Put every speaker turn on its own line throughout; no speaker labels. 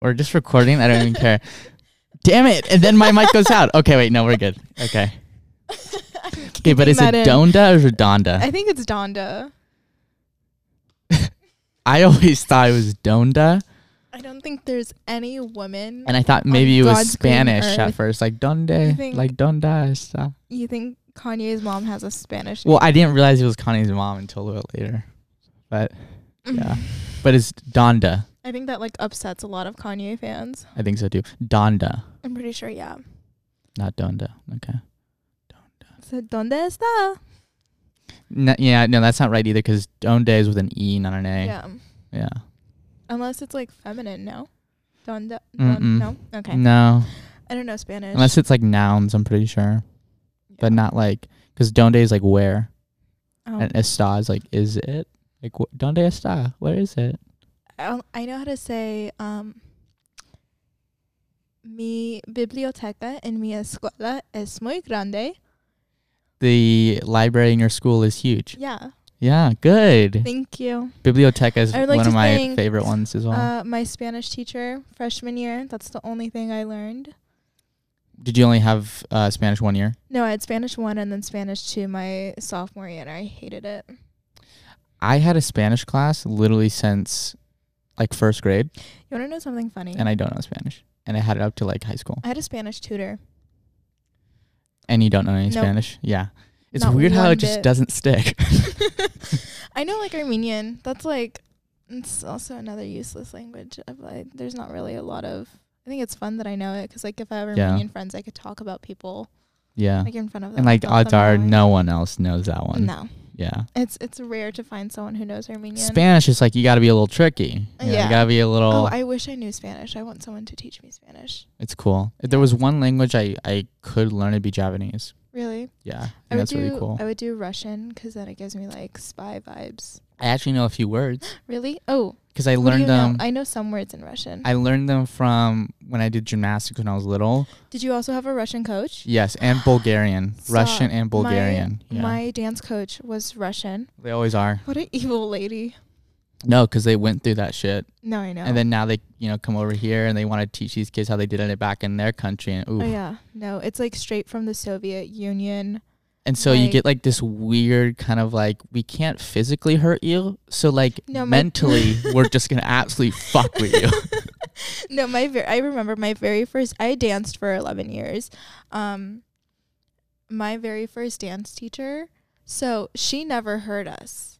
We're just recording. I don't even care. Damn it! And then my mic goes out. Okay, wait, no, we're good. Okay. Okay, but
keeping
is it
that in.
Donda or Redonda?
I think it's Donda.
I always thought it was Donda,
I don't think there's any woman.
and I thought maybe it was
God's green
Spanish at
earth.
first, like
I
Donde,
think-
like Donda. Esta.
you think Kanye's mom has a Spanish?
Well, I didn't realize it was Connie's mom until a little later, but
name?
yeah. but it's Donda.
I think that like upsets a lot of Kanye fans.
I think so too. Donda,
I'm pretty sure. Yeah.
not Donda. Okay.
So donde está?
No, yeah, no, that's not right either because Donde is with an E, not an A.
Yeah.
Yeah.
Unless it's like feminine. No. Donde?
Mm-mm.
Don, no. Okay.
No,
I don't know Spanish.
unless it's like nouns, I'm pretty sure, but not like because Donde is like where,
Oh.
and Esta is like is it like wh- Donde Esta? Where is it?
I'll- I know how to say um, mi biblioteca en mi escuela es muy grande.
The library in your school is huge.
Yeah,
Yeah, good.
thank you.
Biblioteca is
I would like
one
to
of my
thank,
favorite ones as well.
Uh, my Spanish teacher, freshman year, that's the only thing I learned.
Did you only have uh, Spanish one year?
No, I had Spanish 1 and then Spanish 2 my sophomore year, and I hated it.
I had a Spanish class literally since like first grade,
You want to know something funny?
and I don't know Spanish, and I had it up to like high school.
I had a Spanish tutor.
and you don't know any
Nope.
Spanish. Yeah. It's
Not
weird how
one
it just
bit.
doesn't stick.
I know like Armenian. That's like it's also another useless language. Of, like, there's not really a lot of. I think it's fun that I know it because like if I have
Yeah.
Armenian friends, I could talk about people
yeah.
like in front of them.
and like
about
odds
them
are
knowing-
no one else knows that one.
No,
Yeah.
it's it's rare to find someone who knows Armenian.
Spanish is like you got to be a little tricky. You know, You
Yeah.
got to be a little
Oh, I wish I knew Spanish. I want someone to teach me Spanish.
It's cool. If there was one language I I could learn it'd be Japanese.
Really,
Yeah. I think
I would
that's
do.
really cool.
I would do Russian because then it gives me like spy vibes.
I actually know a few words
Really? Oh,
cuz I
what do you
learned them
Know? I know some words in Russian.
I learned them from when I did gymnastics when I was little.
Did you also have a Russian coach?
Yes, and Bulgarian, Russian
Stop.
and Bulgarian.
My,
yeah.
my dance coach was Russian.
they always are.
What an evil lady.
No, cuz they went through that shit.
No, I know.
And then now they, you know, come over here and they want to teach these kids how they did it back in their country. And ooh.
oh yeah, no, it's like straight from the Soviet Union.
And so you
Like-
get like this weird kind of like, we can't physically hurt you. So like
No, my-
mentally, we're just going to absolutely fuck with you.
No, my ver- I remember my very first. I danced for eleven years. Um, my very first dance teacher. So she never heard us,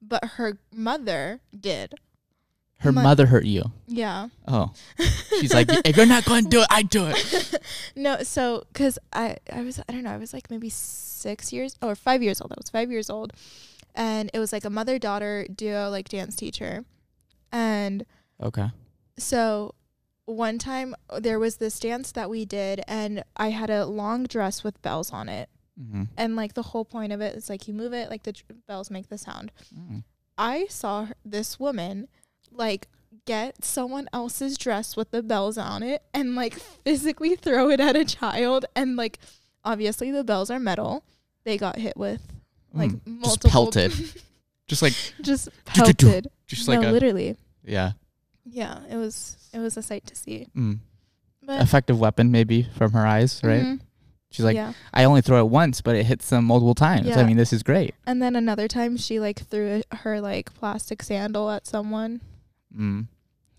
but her mother did.
Her
My-
mother hurt you.
Yeah.
Oh, she's like, if you're not going to do it, I do it.
no, so because I I was I don't know I was like maybe six years or five years old. I was five years old, and it was like a mother daughter duo like dance teacher, and
Okay.
so one time uh, there was this dance that we did, and I had a long dress with bells on it,
Mm-hmm.
and like the whole point of it is like you move it like the dr- bells make the sound.
Mm-hmm.
I saw her- this woman like get someone else's dress with the bells on it and like physically throw it at a child and like obviously the bells are metal. They got hit with like
Mm. just
multiple
pelted. just like,
just
Do, do, do.
pelted.
just
no,
like a,
literally.
yeah.
Yeah, it was it was a sight to see.
Mm.
But
Effective weapon, maybe from her eyes, right?
mhm,
She's like,
yeah.
I only throw it once, but it hits them multiple times. I
Yeah.
mean, this is great.
And then another time she like threw a, her like plastic sandal at someone.
Mm.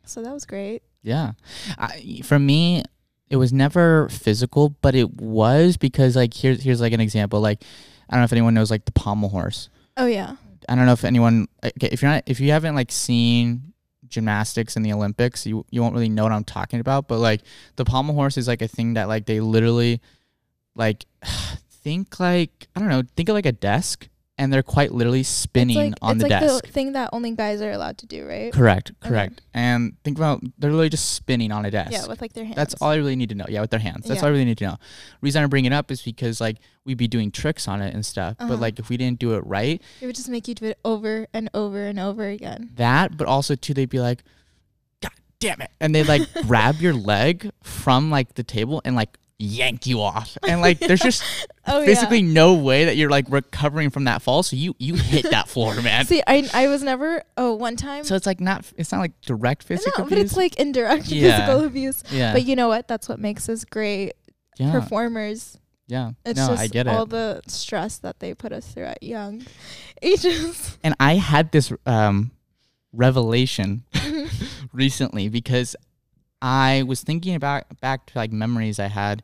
So that was great.
Yeah. I, for me, it was never physical, but it was because like here's here's like an example. Like I don't know if anyone knows like the pommel horse.
Oh yeah.
I don't know if anyone okay, if you're not if you haven't like seen gymnastics in the Olympics, you you won't really know what I'm talking about, but like the pommel horse is like a thing that like they literally like think like I don't know, think of like a desk and they're quite literally spinning
it's like,
on
it's
the
like
desk.
the thing that only guys are allowed to do, right?
correct,
Okay.
correct. And think about they're literally just spinning on a desk.
Yeah, with like their hands.
That's all I really need to know. Yeah, with their hands. That's
Yeah.
all I really need to know. Reason I bring it up is because like we'd be doing tricks on it and stuff,
Uh-huh.
but like if we didn't do it right,
It would just make you do it over and over and over again.
that. But also too, they'd be like, "God damn it!" and they like grab your leg from like the table and like yank you off. And like there's just
Oh,
basically no way that you're like recovering from that fall. So you you hit that floor,
yeah.
man.
See, I I was never. Oh, one time.
so it's like not it's not like direct physical
no, but it's
abuse.
like indirect
Yeah.
physical abuse.
yeah.
But you know what? That's what makes us great
yeah.
performers.
yeah.
It's
no,
just
I get
all
it.
the stress that they put us through at young ages.
and I had this um revelation recently because I was thinking about back to like memories I had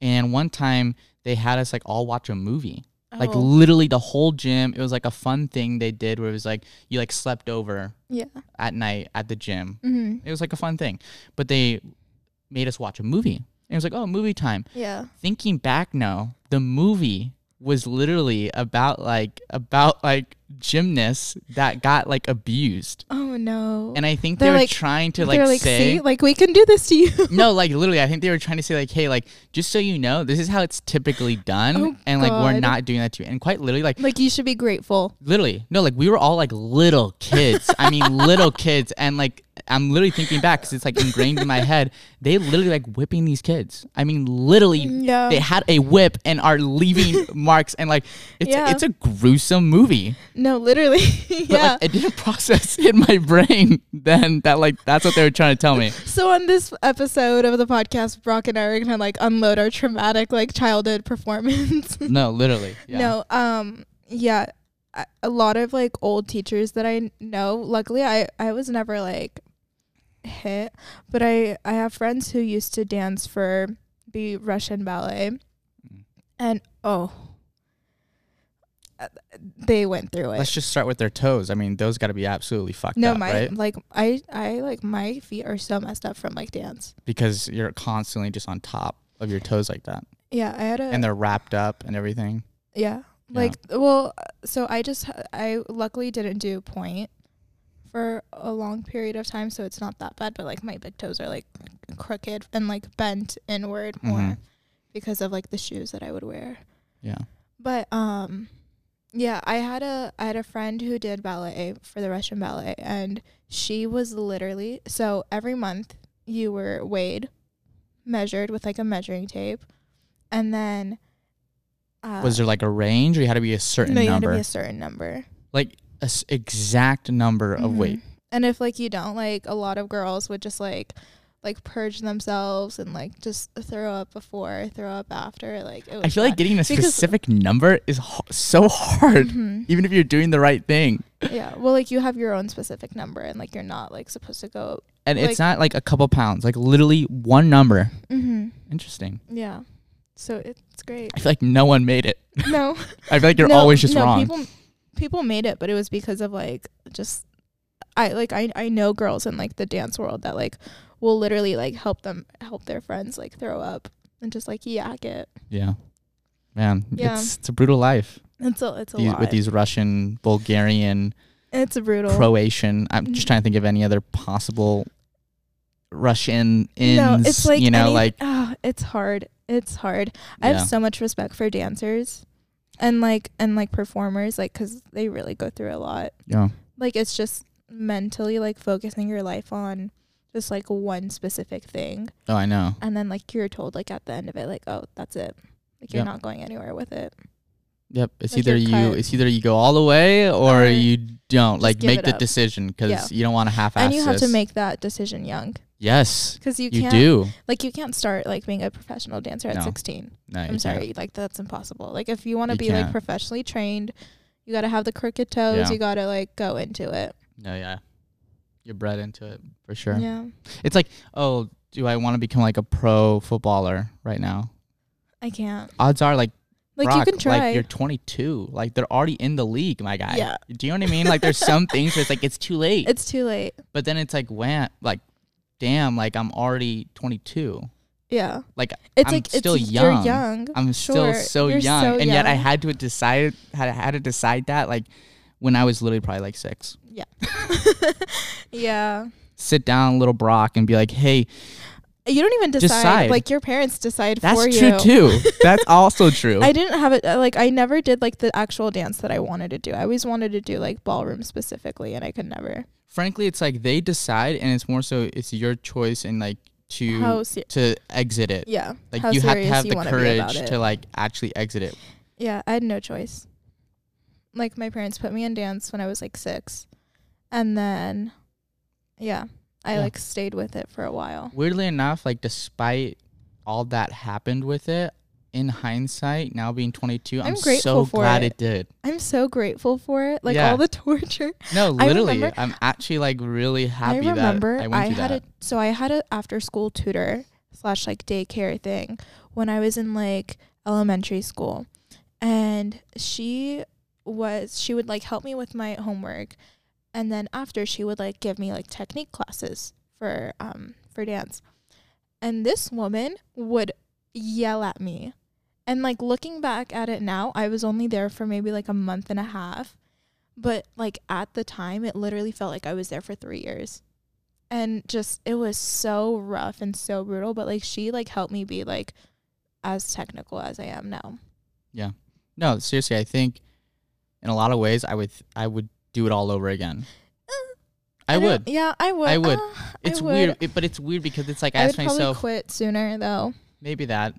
and one time they had us like all watch a movie. Like
Oh,
literally the whole gym. It was like a fun thing they did where it was like you like slept over
yeah.
at night at the gym.
hmm
It was like a fun thing. But they made us watch a movie. And it was like, oh, movie time.
Yeah.
Thinking back now, the movie was literally about like about like gymnasts that got like abused.
Oh no.
And I think
They're
they were
like-
trying to
They're
like,
like,
say
see, like we can do this to you.
No, like literally I think they were trying to say like, hey, like just so you know, this is how it's typically done
Oh,
and like we're
God.
not doing that to you. And quite literally like
like you should be grateful.
Literally, no, like we were all like little kids. I mean, little kids, and like I'm literally thinking back because it's like ingrained in my head. They literally like whipping these kids. I mean, literally,
Yeah.
they had a whip and are leaving marks, and like it's
Yeah.
it's a gruesome movie.
No, literally.
But
yeah.
like, it didn't process in my brain then that like that's what they were trying to tell me.
so on this episode of the podcast, Brock and I are gonna like unload our traumatic like childhood performance.
No, literally, yeah.
No, um, yeah, I, a lot of like old teachers that I know. Luckily, I I was never like hit, but I I have friends who used to dance for the Russian ballet,
Mm.
and oh, uh, they went through it.
Let's just start with their toes. I mean, those got to be absolutely fucked
no,
up,
my
right?
like I I like my feet are so messed up from like dance.
Because you're constantly just on top of your toes like that,
Yeah, I had a
and they're wrapped up and everything.
Yeah.
Yeah.
Like well, so I just I luckily didn't do point for a long period of time, so it's not that bad, but like my big toes are like crooked and like bent inward more
Mhm.
because of like the shoes that I would wear.
Yeah.
But um yeah, I had a I had a friend who did ballet for the Russian ballet and she was literally so every month you were weighed, measured with like a measuring tape, and then uh,
was there like a range or you had to be a certain
no, you
number
had to be a certain number
like a s- exact number of
Mhm.
weight
And if like you don't, like a lot of girls would just like like purge themselves and like just throw up before, throw up after. Like it was
i feel like
bad.
getting a
Because-
specific number is ho- so hard
Mhm.
even if you're doing the right thing
yeah. Well, like you have your own specific number, and like you're not like supposed to go.
and
Like-
it's not like a couple pounds like literally one number
Mm-hmm.
interesting
Yeah. So it's great.
i feel like no one made it
No.
i feel like you're
No,
always just
no,
wrong
People, people made it, but it was because of like just I like I I know girls in like the dance world that like will literally like help them help their friends like throw up and just like yak it.
yeah man
Yeah.
it's it's a brutal life
It's a it's a
These-
lot.
with these russian bulgarian
it's brutal. Mm-hmm.
croatian i'm just trying to think of any other possible russian ins
no, it's like
you know
any-
like
ah, it's hard. It's hard. I
Yeah.
have so much respect for dancers, and like and like performers, like because they really go through a lot.
yeah
Like it's just mentally like focusing your life on just like one specific thing,
oh i know
and then like you're told like at the end of it, like oh that's it, like you're
Yeah.
not going anywhere with it.
Yep. It's
Like,
either
you're
you
cut.
it's either you go all the way or,
Or
you don't.
just
Like
give
make
it
the
up.
decision 'cause
Yeah.
you don't want to half-ass
and you have to
this.
make that decision young,
Yes.
because you
You,
can't
do.
like you can't start like being a professional dancer at
No.
16.
No, you
I'm
can't.
sorry, like that's impossible. Like if you want to
You
be like
can't.
professionally trained, you got to have the crooked toes.
Yeah.
You got to like go into it.
No, yeah. You're bred into it for sure.
Yeah,
It's like, oh, do I want to become like a pro footballer right now?
I can't.
Odds are like
Like
Brock,
you can try.
Like you're 22. Like they're already in the league, my guy.
Yeah.
Do you know what I mean? Like there's some things where it's like it's too late.
it's too late.
but then it's like, wham, like damn, like I'm already 22.
Yeah,
Like,
it's
I'm
like
still
it's,
young.
You're young.
I'm still
Sure,
so
you're
young,
so
and yet I
young.
had to decide had had to decide that like when I was literally probably like six.
yeah,
Sit down, little Brock, and be like, "Hey,
you don't even decide.
Decide.
Like your parents decide
that's
for
true
you.
too. That's also true."
I didn't have it uh, like I never did like the actual dance that I wanted to do. I always wanted to do like ballroom specifically, and I could never.
Frankly, it's like they decide, and it's more so it's your choice, and like to
how ser-
to exit it.
yeah
Like
how
you have to
serious
have
you
the
wanna be about
courage
it.
to like actually exit it.
Yeah, I had no choice. Like my parents put me in dance when I was like six, and then, yeah, I
Yeah.
like stayed with it for a while.
Weirdly enough, like despite all that happened with it, in hindsight, now being 22, I'm,
I'm
so
grateful for
glad
it.
it did.
I'm so grateful for it. Like
Yeah.
all the torture.
No,
I
literally,
remember-
I'm actually like really happy
I remember
that I went
I,
through
had
that.
a so I had a after school tutor slash like daycare thing when I was in like elementary school, and she was she would like help me with my homework, and then after she would like give me like technique classes for um for dance, and this woman would yell at me, and like looking back at it now, I was only there for maybe like a month and a half. But like at the time, it literally felt like I was there for three years. And just it was so rough and so brutal. But like she like helped me be like as technical as I am now.
no, seriously, I think in a lot of ways, I would I would do it all over again. I
don't-
would.
Yeah, Uh, I would.
I would.
Uh, I
It's
would.
weird, it, but it's weird because it's like I
I would
ask
probably
myself,
quit sooner though.
maybe that,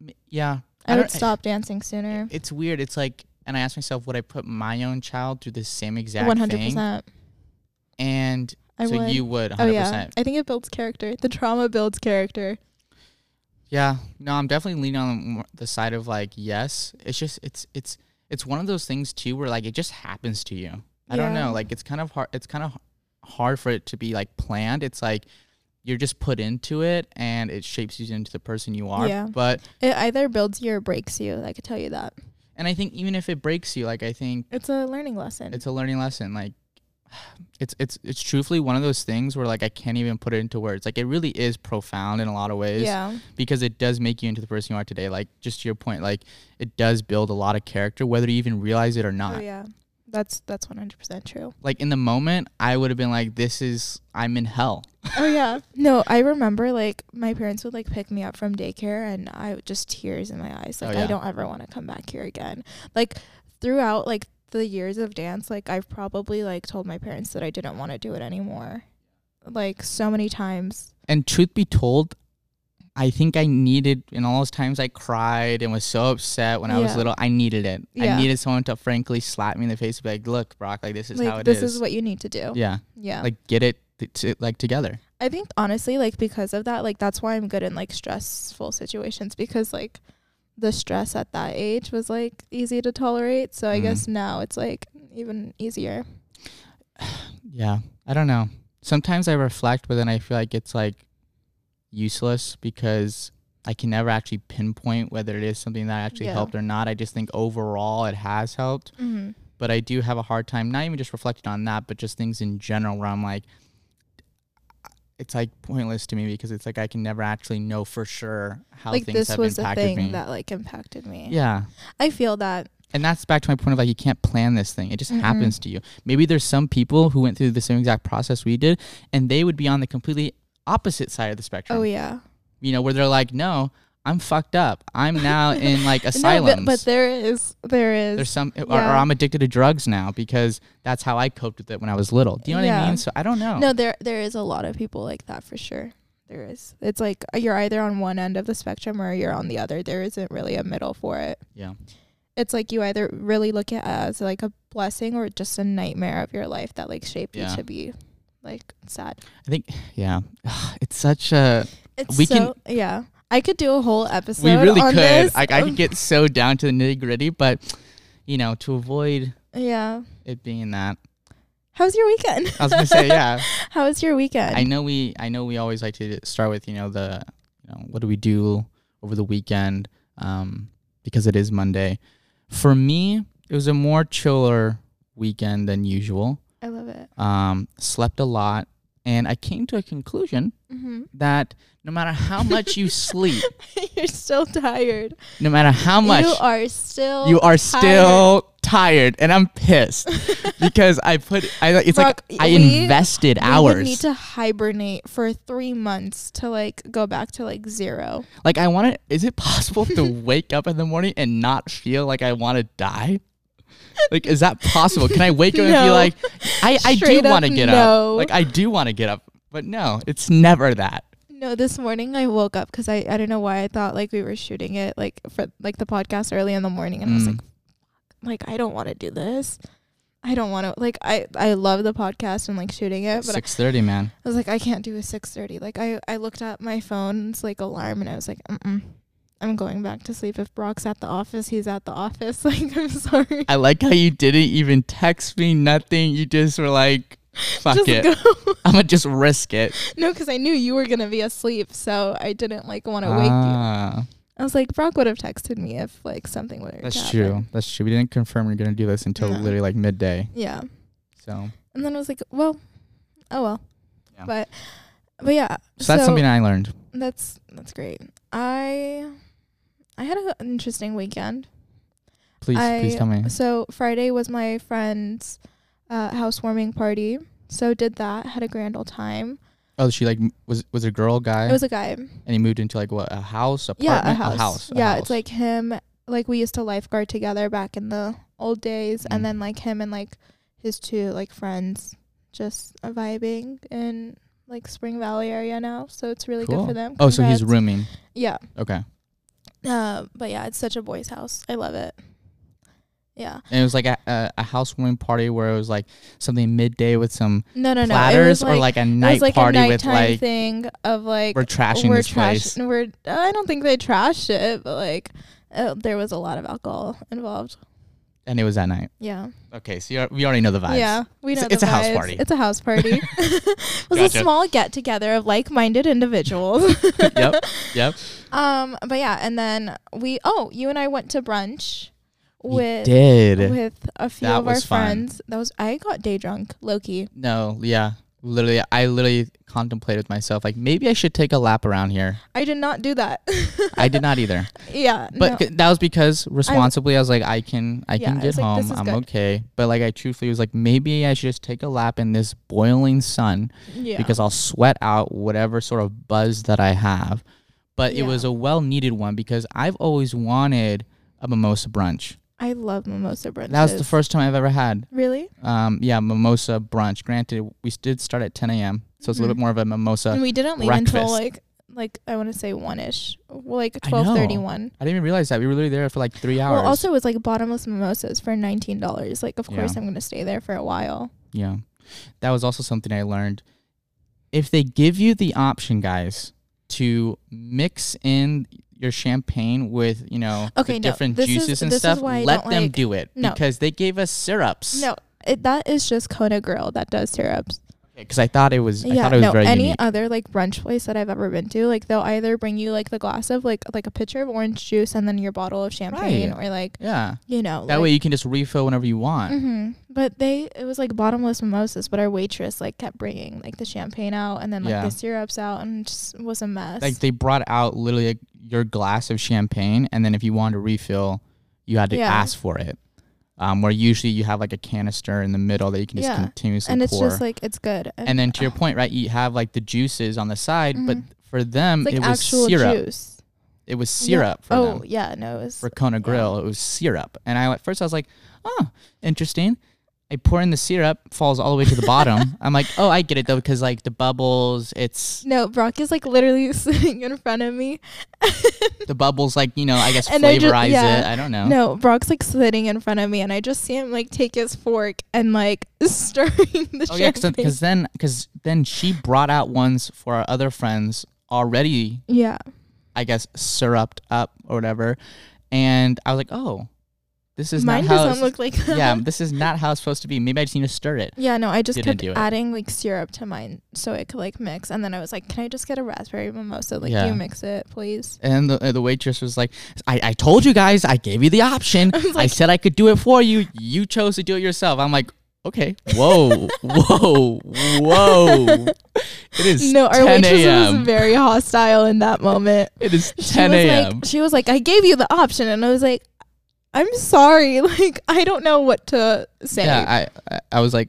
M- yeah.
I,
don't-
would stop dancing sooner.
It's weird. It's like, and I ask myself, would I put my own child through the same exact
One hundred
thing?
percent.
And
I
so
would.
you would, 100%.
oh yeah. I think it builds character. The trauma builds character.
Yeah, no, I'm definitely leaning on more- the side of like yes. It's just it's it's it's one of those things too where like it just happens to you. I don't
Yeah.
know, like it's kind of hard. It's kind of hard for it to be like planned. It's like you're just put into it and it shapes you into the person you are.
Yeah.
But
It either builds you or breaks you. I could tell you that.
and I think even if it breaks you, like I think
It's a learning lesson.
it's a learning lesson. Like it's it's it's truthfully one of those things where like I can't even put it into words. Like it really is profound in a lot of ways.
yeah.
because it does make you into the person you are today. Like just to your point, like it does build a lot of character, whether you even realize it or not.
Oh yeah, that's that's one hundred percent true.
Like in the moment, I would have been like, "This is I'm in hell."
Oh yeah, no, I remember like my parents would like pick me up from daycare, and I would just tears in my eyes. Like
Oh, yeah.
I don't ever want to come back here again. Like throughout like the years of dance, like I've probably like told my parents that I didn't want to do it anymore. Like so many times.
And truth be told, I think I needed in all those times I cried and was so upset when I was
Yeah.
little. I needed it. I
Yeah.
needed someone to frankly slap me in the face and be like, "Look, Brock, like this is how
Like
it
this
is."
is. what you need to do.
yeah,
Yeah.
like get it t- t- like together.
I think honestly, like because of that, like that's why I'm good in like stressful situations because like the stress at that age was like easy to tolerate. So I
Mhm.
guess now it's like even easier.
Yeah, I don't know. Sometimes I reflect, but then I feel like it's like useless because I can never actually pinpoint whether it is something that actually
Yeah.
helped or not. I just think overall it has helped,
Mm-hmm.
but I do have a hard time not even just reflecting on that, but just things in general where I'm like, it's like pointless to me because it's like I can never actually know for sure how
Like
things
this
have
was the
impacted
thing
me.
that like impacted me.
yeah.
I feel that.
And that's back to my point of like you can't plan this thing. It just
Mm-mm.
happens to you. Maybe there's some people who went through the same exact process we did and they would be on the completely opposite side of the spectrum.
Oh yeah.
You know, where they're like, "No, I'm fucked up. I'm now in like
No,
asylums."
but, but there is there is
there's some or, or
yeah.
I'm addicted to drugs now because that's how I coped with it when I was little. Do you know what I
Yeah.
mean? So I don't know.
no there there is a lot of people like that for sure. There is. It's like uh, you're either on one end of the spectrum or you're on the other. There isn't really a middle for it.
Yeah.
it's like you either really look at it as like a blessing or just a nightmare of your life that like shaped
Yeah.
you to be like sad.
I think yeah. It's such a
It's
We
so yeah. I could do a whole episode.
we really
on
could.
This.
Like I
Um,
could get so down to the nitty-gritty, but you know, to avoid
Yeah.
it being that.
How's your weekend?
I was going to say yeah.
How was your weekend?
I know we I know we always like to start with you know the you know what do we do over the weekend um, because it is Monday. For me, it was a more chiller weekend than usual.
I love it.
Um, slept a lot, and I came to a conclusion
Mm-hmm.
that no matter how much you sleep,
You're still tired.
no matter how much
You are still.
you are
tired.
still tired, and I'm pissed because I put I it's
Brock,
like I
we-
invested
We would
hours.
need to hibernate for three months to like go back to like zero.
Like I want to. Is it possible to wake up in the morning and not feel like I want to die? Like, is that possible? Can I wake up and be
No.
like, I, I do
Straight up
want to get up.
no.
Like I do want to get up, but no, it's never that.
No, this morning I woke up because I, I don't know why I thought like we were shooting it like for like the podcast early in the morning and I was like
Mm.
like I don't want to do this. I don't want to like I I love the podcast and like shooting it, but I,
Six thirty, man.
I was like I can't do a 6:30. Like I I looked at my phone's like alarm and I was like mm I'm going back to sleep. If Brock's at the office, he's at the office. Like I'm sorry.
I like how you didn't even text me. Nothing. You just were like, "Fuck
Just
it.
go.
I'm gonna just risk it."
no, because I knew you were gonna be asleep, so I didn't like want to wake
Ah.
you. I was like, Brock would have texted me if like something would have.
That's
happened.
true. That's true. We didn't confirm we are gonna do this until
No.
literally like midday.
Yeah,
So,
and then I was like, well, oh well,
Yeah.
but but yeah.
so that's something I learned.
that's that's great. I I had an interesting weekend.
Please, please
I-
tell me.
So Friday was my friend's uh, housewarming party. So did that. Had a grand old time.
Oh, she like m- was was a girl guy,
It was a guy.
and he moved into like what a house, apartment,
Yeah, a house.
a house. a
yeah,
house.
it's like him. Like we used to lifeguard together back in the old days,
Mm.
and then like him and like his two like friends just vibing in like Spring Valley area now. So it's really
Cool.
good for them.
Oh, so he's
Congrats.
rooming.
yeah.
Okay,
Uh, but yeah, it's such a boys' house. I love it. Yeah.
and it was like a, a, a housewarming party where it was like something midday with some
No, no, no. it
platters,
was like,
or like a
it
night
was like
party
a
with
nighttime
like
thing of like
we're trashing
we're
this place.
trash- We're I don't think they trashed it, but like uh, there was a lot of alcohol involved.
and it was that night.
Yeah.
Okay, so you are, we already know the vibes.
Yeah, we know
It's-
the
it's a house
vibes.
party.
It's a house party. it was
Gotcha.
a small get together of like-minded individuals.
yep, yep.
Um, but yeah, and then we oh, you and I went to brunch
We
with
did.
with a few
That
of our
was fun.
friends. That was I got day drunk, Loki.
No, yeah. Literally, I literally contemplated with myself like maybe I should take a lap around here.
I did not do that.
I did not either,
yeah.
but
no.
c- that was because responsibly I, was like I can I
Yeah,
can
I
get
was like, this
home.
is
I'm
good.
okay. But like I truthfully was like maybe I should just take a lap in this boiling sun
yeah.
because I'll sweat out whatever sort of buzz that I have. But it
Yeah.
was a well needed one because I've always wanted a mimosa brunch.
I love mimosa brunches.
That was the first time I've ever had.
Really?
Um, yeah, mimosa brunch. Granted, we did start at 10 a.m., so it's a little
Mhm.
bit more of a mimosa.
and we didn't leave until
breakfast.
like like I want to say one ish, like
I know.
twelve thirty one.
I didn't even realize that we were literally there for like three hours.
Well, also it was like bottomless mimosas for nineteen dollars. Like, of course,
Yeah.
I'm gonna stay there for a while.
yeah, that was also something I learned. If they give you the option, guys, to mix in your champagne with you know the
Okay, no,
different
this is-
juices and
this is
stuff,
why I
let
don't
them
like-
do it
no.
because they gave us syrups.
No, it, that is just Kona Grill that does syrups.
because I thought it was. I
yeah,
thought it was
no,
very
any
unique.
other like brunch place that I've ever been to, like they'll either bring you like the glass of like like a pitcher of orange juice and then your bottle of champagne,
Right.
or like
yeah,
you know
that
like,
way you can just refill whenever you want.
hmm But they, it was like bottomless mimosas. But our waitress like kept bringing like the champagne out and then like
Yeah.
the syrups out, and just was a mess.
Like they brought out literally like, your glass of champagne, and then if you wanted to refill, you had to
Yeah.
ask for it. Um, where usually you have like a canister in the middle that you can just
Yeah.
continuously
and it's
pour.
just like it's good.
and um, then
Oh.
to your point, right, you have like the juices on the side, but
Mhm.
for them
it's like
it was
actual
syrup.
juice.
It was
Yeah.
syrup for
oh
them.
yeah, no, it was
For Kona Grill, it was syrup. And I at first I was like, oh, interesting. I pour in the syrup, falls all the way to the bottom. I'm like, oh, I get it though, because like the bubbles, it's
no. Brock is like literally sitting in front of me.
the bubbles, like you know, I guess
And I ju-
flavorize
yeah.
it. I don't know.
No, Brock's like sitting in front of me, and I just see him like take his fork and like stirring the
Oh yeah,
champagne.
because then because then she brought out ones for our other friends already.
yeah,
I guess syruped up or whatever, and I was like, oh, this is
mine
not how.
doesn't
it's-
look like that.
yeah, um, this is not how it's supposed to be. Maybe I just need to stir it.
Yeah, no, I just
didn't
kept
do it.
adding like syrup to mine so it could like mix, and then I was like, "Can I just get a raspberry mimosa? Like,
Yeah.
you mix it, please."
And the, uh, the waitress was like, I, I told you guys, I gave you the option. I,
was like-
said I could do it for you. You chose to do it yourself. I'm like, okay, whoa, whoa, whoa. It is
No, our
10
waitress was
a.m.
very hostile in that moment.
It is
She
10
was
a.m.
like, "She was like, I gave you the option," and I was like, "I'm sorry, like I don't know what to say."
Yeah, I, I, I was like,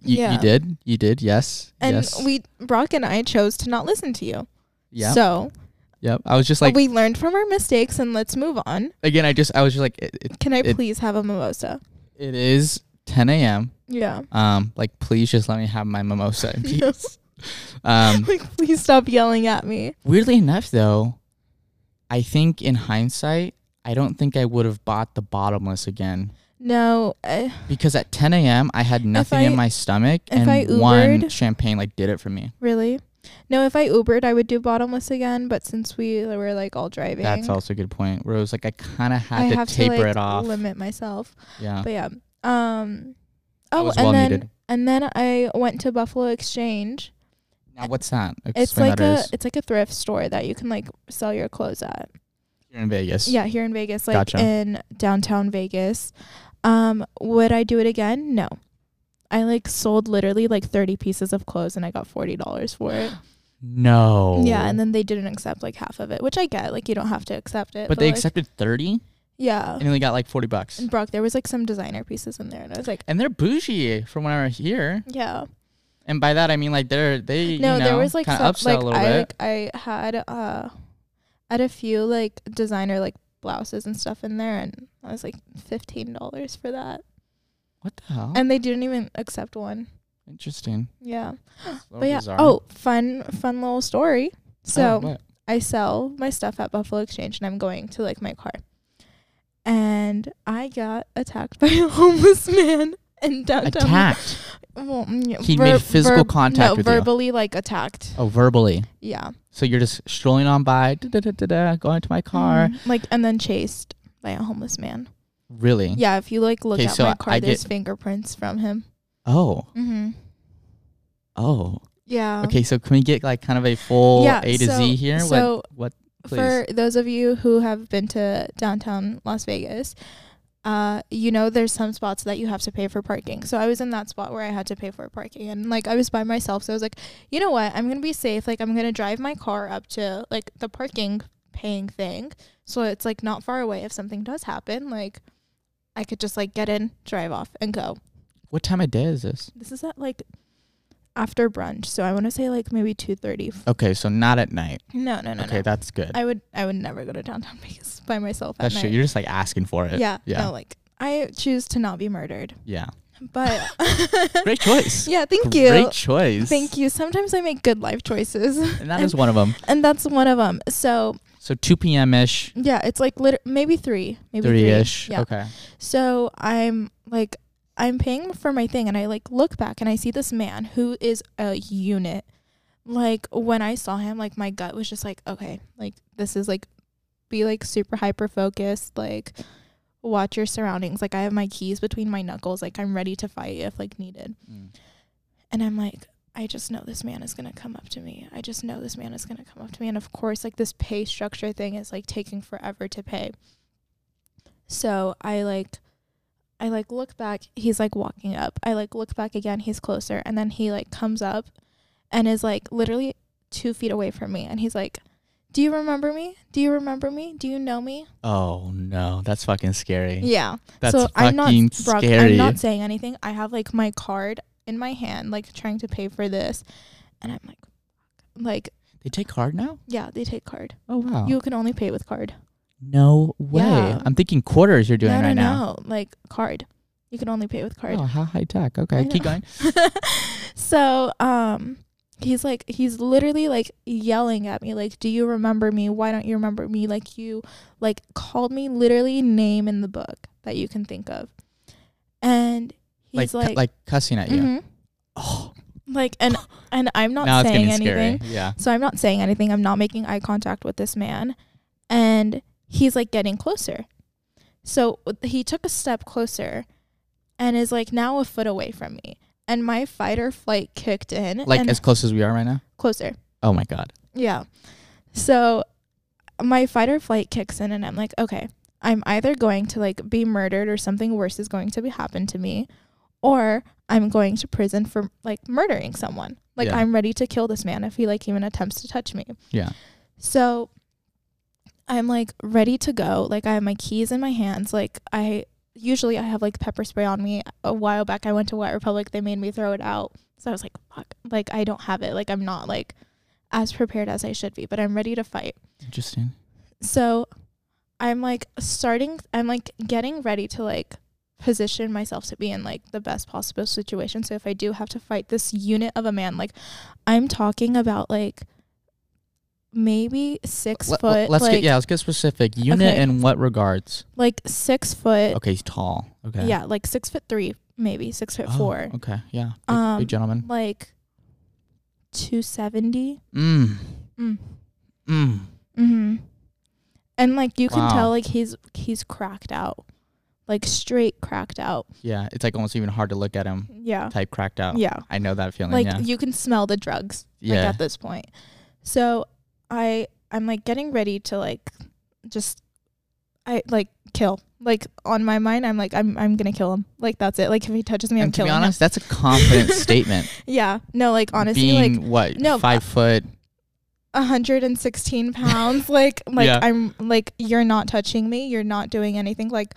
you,
Yeah.
you did, you did, yes,
and
yes,
we Brock and I chose to not listen to you.
yeah,
So Oh,
yep. I was just like,
we learned from our mistakes and let's move on.
again, I just, I was just like, it, it,
Can I
It-
please have a mimosa?
it is 10 a.m.
Yeah.
Um, like, please just let me have my mimosa in peace. Um,
like, please stop yelling at me.
weirdly enough, though, I think in hindsight, I don't think I would have bought the bottomless again
No, uh,
because at 10 a.m. I had nothing
I-
in my stomach,
if
and
I
one
Ubered-
champagne like did it for me.
really. No, if I Ubered, I would do bottomless again. But since we were like all driving,
That's also a good point. Where it was like I kind of had
I
to
have
taper
to like,
it off.
limit myself.
yeah,
But yeah, um, oh,
was
and
well
then
needed.
and then I went to Buffalo Exchange.
now what's that?
It's
Explain
like
that
a
is.
it's like a thrift store that you can like sell your clothes at.
You're in Vegas.
Yeah, here in Vegas, like
Gotcha.
in downtown Vegas. Um, would I do it again? No. I like sold literally like 30 pieces of clothes and I got $40 for it.
No.
Yeah, and then they didn't accept like half of it, which I get. Like you don't have to accept it.
but they
like,
accepted thirty
Yeah.
and only got like forty bucks.
And Brock, there was like some designer pieces in there and I was like,
And they're bougie from when I was here.
yeah.
And by that I mean like they're they
No,
you know,
there was like
kinda
some
upsell
like
a little
I
bit.
like I had uh I had a few like designer like blouses and stuff in there and I was like $15 for that.
Oh. what the hell?
And they didn't even accept one.
Interesting.
Yeah.
It's a little
But yeah.
bizarre.
Oh, fun, fun little story. So
Oh, what?
I sell my stuff at Buffalo Exchange, and I'm going to like my car, and I got attacked by a homeless man in downtown.
attacked.
Well, mm, yeah,
He made physical contact
No,
with you.
verbally like attacked.
Oh, verbally.
Yeah.
So you're just strolling on by, da, da, da, da, da, going to my car.
Mhm. Like and then chased by a homeless man.
Really?
Yeah. If you like look
'Kay,
at
Mm. so
my
I-
car,
I
there's fingerprints from him.
Oh.
Mm-hmm.
Oh.
Yeah.
Okay, so can we get like kind of a full
Um, Yeah,
A to
so-
Z here?
so
what, what please?
For those of you who have been to downtown Las Vegas, uh, you know there's some spots that you have to pay for parking. So I was in that spot where I had to pay for parking, and like I was by myself, so I was like, you know what, I'm gonna be safe. Like I'm gonna drive my car up to like the parking paying thing, so it's like not far away. If something does happen, like I could just like get in, drive off, and go.
What time of day is this?
This is at like after brunch, so I want to say like maybe two thirty.
Okay, so not at night.
No, no, no,
okay,
no.
that's good.
I would I would never go to downtown Vegas by myself at
that's
night.
true. You're just like asking for it.
yeah,
Yeah.
No, like I choose to not be murdered.
Yeah.
But
Great choice.
yeah, thank
Great
you.
choice.
Thank you. Sometimes I make good life choices,
And that is one of them.
and that's one of them. So
So 2 p.m. ish,
yeah, it's like lit- maybe three, maybe
3 ish.
Yeah.
Okay.
So I'm like, I'm paying for my thing, and I like look back and I see this man who is a unit. Like when I saw him, like my gut was just like, okay, like this is like, be like super hyper focused, like watch your surroundings. Like I have my keys between my knuckles, like I'm ready to fight if like needed.
Mm.
And I'm like, I just know this man is gonna come up to me. I just know this man is gonna come up to me. And of course, like this pay structure thing is like taking forever to pay. So I like I like look back, he's like walking up. I like look back again, he's closer, and then he like comes up and is like literally two feet away from me and he's like, Do you remember me? Do you remember me? Do you know me?
Oh, no. That's fucking scary.
Yeah.
That's
so
fucking
I'm not Brock,
scary.
I'm not saying anything. I have like my card in my hand, like trying to pay for this, and I'm like, like
they take card now?
yeah, they take card.
Oh, wow.
You can only pay with card.
no way.
Yeah.
I'm thinking quarters you're doing
no,
right
no,
now.
no, like card. You can only pay with card.
Oh, how high tech.
I
Okay, keep
know.
going.
so um he's like he's literally like yelling at me like do you remember me why don't you remember me like you like called me literally name in the book that you can think of and
Like,
he's
cu-
like
like, cussing at you.
mhm.
Oh,
like and and i'm not
now it's
saying
getting
anything
scary. Yeah.
so i'm not saying anything i'm not making eye contact with this man and he's like getting closer so he took a step closer and is like now a foot away from me and my fight or flight kicked in
Like
and
as close as we are right now?
closer
Oh, my God.
yeah so my fight or flight kicks in and i'm like okay i'm either going to like be murdered or something worse is going to be happen to me or i'm going to prison for like murdering someone like
Yeah.
i'm ready to kill this man if he like even attempts to touch me
Yeah.
so I'm like ready to go. Like I have my keys in my hands. Like I usually I have like pepper spray on me. A while back I went to White Republic. They made me throw it out. So I was like, fuck. Like I don't have it. Like I'm not like as prepared as I should be, but I'm ready to fight.
Interesting.
So I'm like starting I'm like getting ready to like position myself to be in like the best possible situation. So if I do have to fight this unit of a man, like I'm talking about like maybe six
Let,
foot,
us
like
get yeah, let's get specific. Unit
Okay.
in what regards?
like six foot,
Okay, he's tall. Okay.
yeah, like six foot three, maybe six foot
Oh,
four,
Okay. Yeah. Big,
Um,
big gentleman.
like two seventy.
Mm.
Mm.
Mm.
Mm-hmm. And like you can
Wow.
tell, like he's he's cracked out, like straight cracked out.
Yeah. It's like almost even hard to look at him.
Yeah,
Type cracked out.
yeah.
I know that feeling.
Like
yeah.
you can smell the drugs. like
yeah.
at this point. So I I'm like getting ready to like just I like kill. Like on my mind I'm like I'm I'm gonna kill him. Like that's it. Like if he touches me I'm
and to be
killing him.
honest, that's a confident statement.
Yeah. No, like honestly
Being
like
what?
no,
five foot.
116 pounds like like
Yeah.
I'm like you're not touching me. You're not doing anything like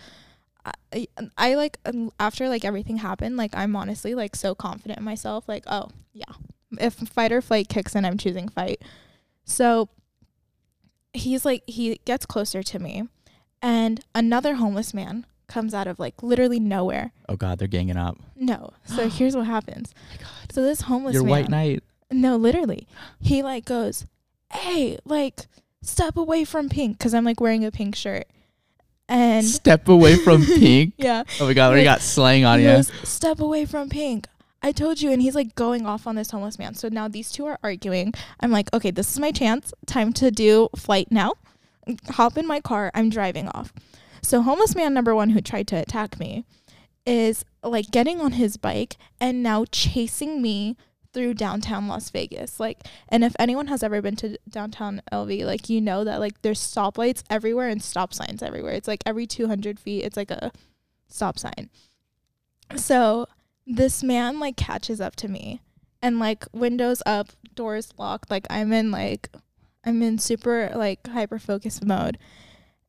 I, I like um, after like everything happened like I'm honestly like so confident in myself like oh yeah if fight or flight kicks in I'm choosing fight so he's like he gets closer to me and another homeless man comes out of like literally nowhere
Oh God, they're ganging up.
no so here's what happens
Oh my God.
so this homeless
Your
man
white knight.
no, literally. He like goes, "Hey, like step away from pink cuz I'm like wearing a pink shirt." And
Step away from pink.
yeah.
Oh my God, we
Like,
got slang on
he
you.
goes, "Step away from pink." I told you and he's like going off on this homeless man. So now these two are arguing. I'm like, "Okay, this is my chance. Time to do flight now." Hop in my car. I'm driving off. So homeless man number 1 who tried to attack me is like getting on his bike and now chasing me through downtown Las Vegas. Like, and if anyone has ever been to downtown LV, like, you know that, like, there's stoplights everywhere and stop signs everywhere. It's like every 200 feet, it's like a stop sign. So this man, like, catches up to me and, like, windows up, doors locked. Like, I'm in, like, I'm in super, like, hyper focus mode.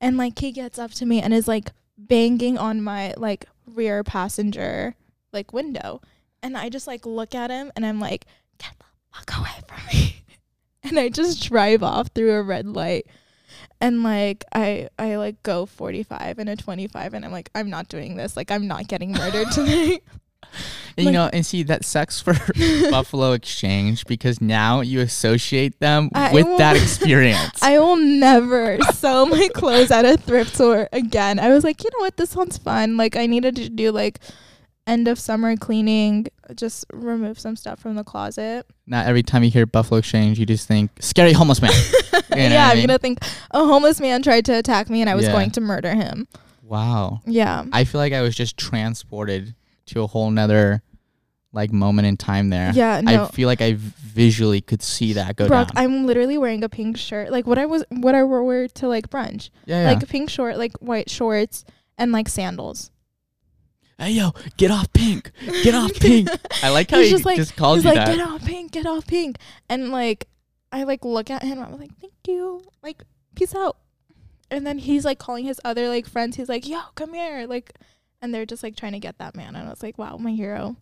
And, like, he gets up to me and is, like, banging on my, like, rear passenger, like, window. And I just like look at him and I'm like, get the fuck away from me. and I just drive off through a red light. And like I I like go 45 and a 25 and I'm like I'm not doing this. Like I'm not getting murdered tonight.
And, you
Like-
know, and see that sucks for Buffalo Exchange because now you associate them
I
with
will-
that experience.
I will never sell my clothes at a thrift store again. I was like, you know what? This sounds fun. Like I needed to do like end of summer cleaning, just remove some stuff from the closet.
Not every time you hear Buffalo Exchange, you just think scary homeless man. You know what
yeah,
I
I'm
mean?
gonna think a homeless man tried to attack me and I was
Yeah.
going to murder him.
Wow,
Yeah.
I feel like I was just transported to a whole nother like moment in time there.
Yeah,
I
no.
feel like I visually could see that go
Brock,
down.
I'm literally wearing a pink shirt. Like what I was what I wore to like brunch.
yeah, yeah.
Like pink short, like white shorts and like sandals.
hey yo, get off pink, get off pink. I like how
He's
he
just
just,
like-
calls
He's
you
like,
that.
get off pink, get off pink. And like I like look at him, I'm like, Thank you. Like, peace out. And then he's like calling his other like friends, he's like, Yo, come here like and they're just like trying to get that man and I was like, Wow, my hero.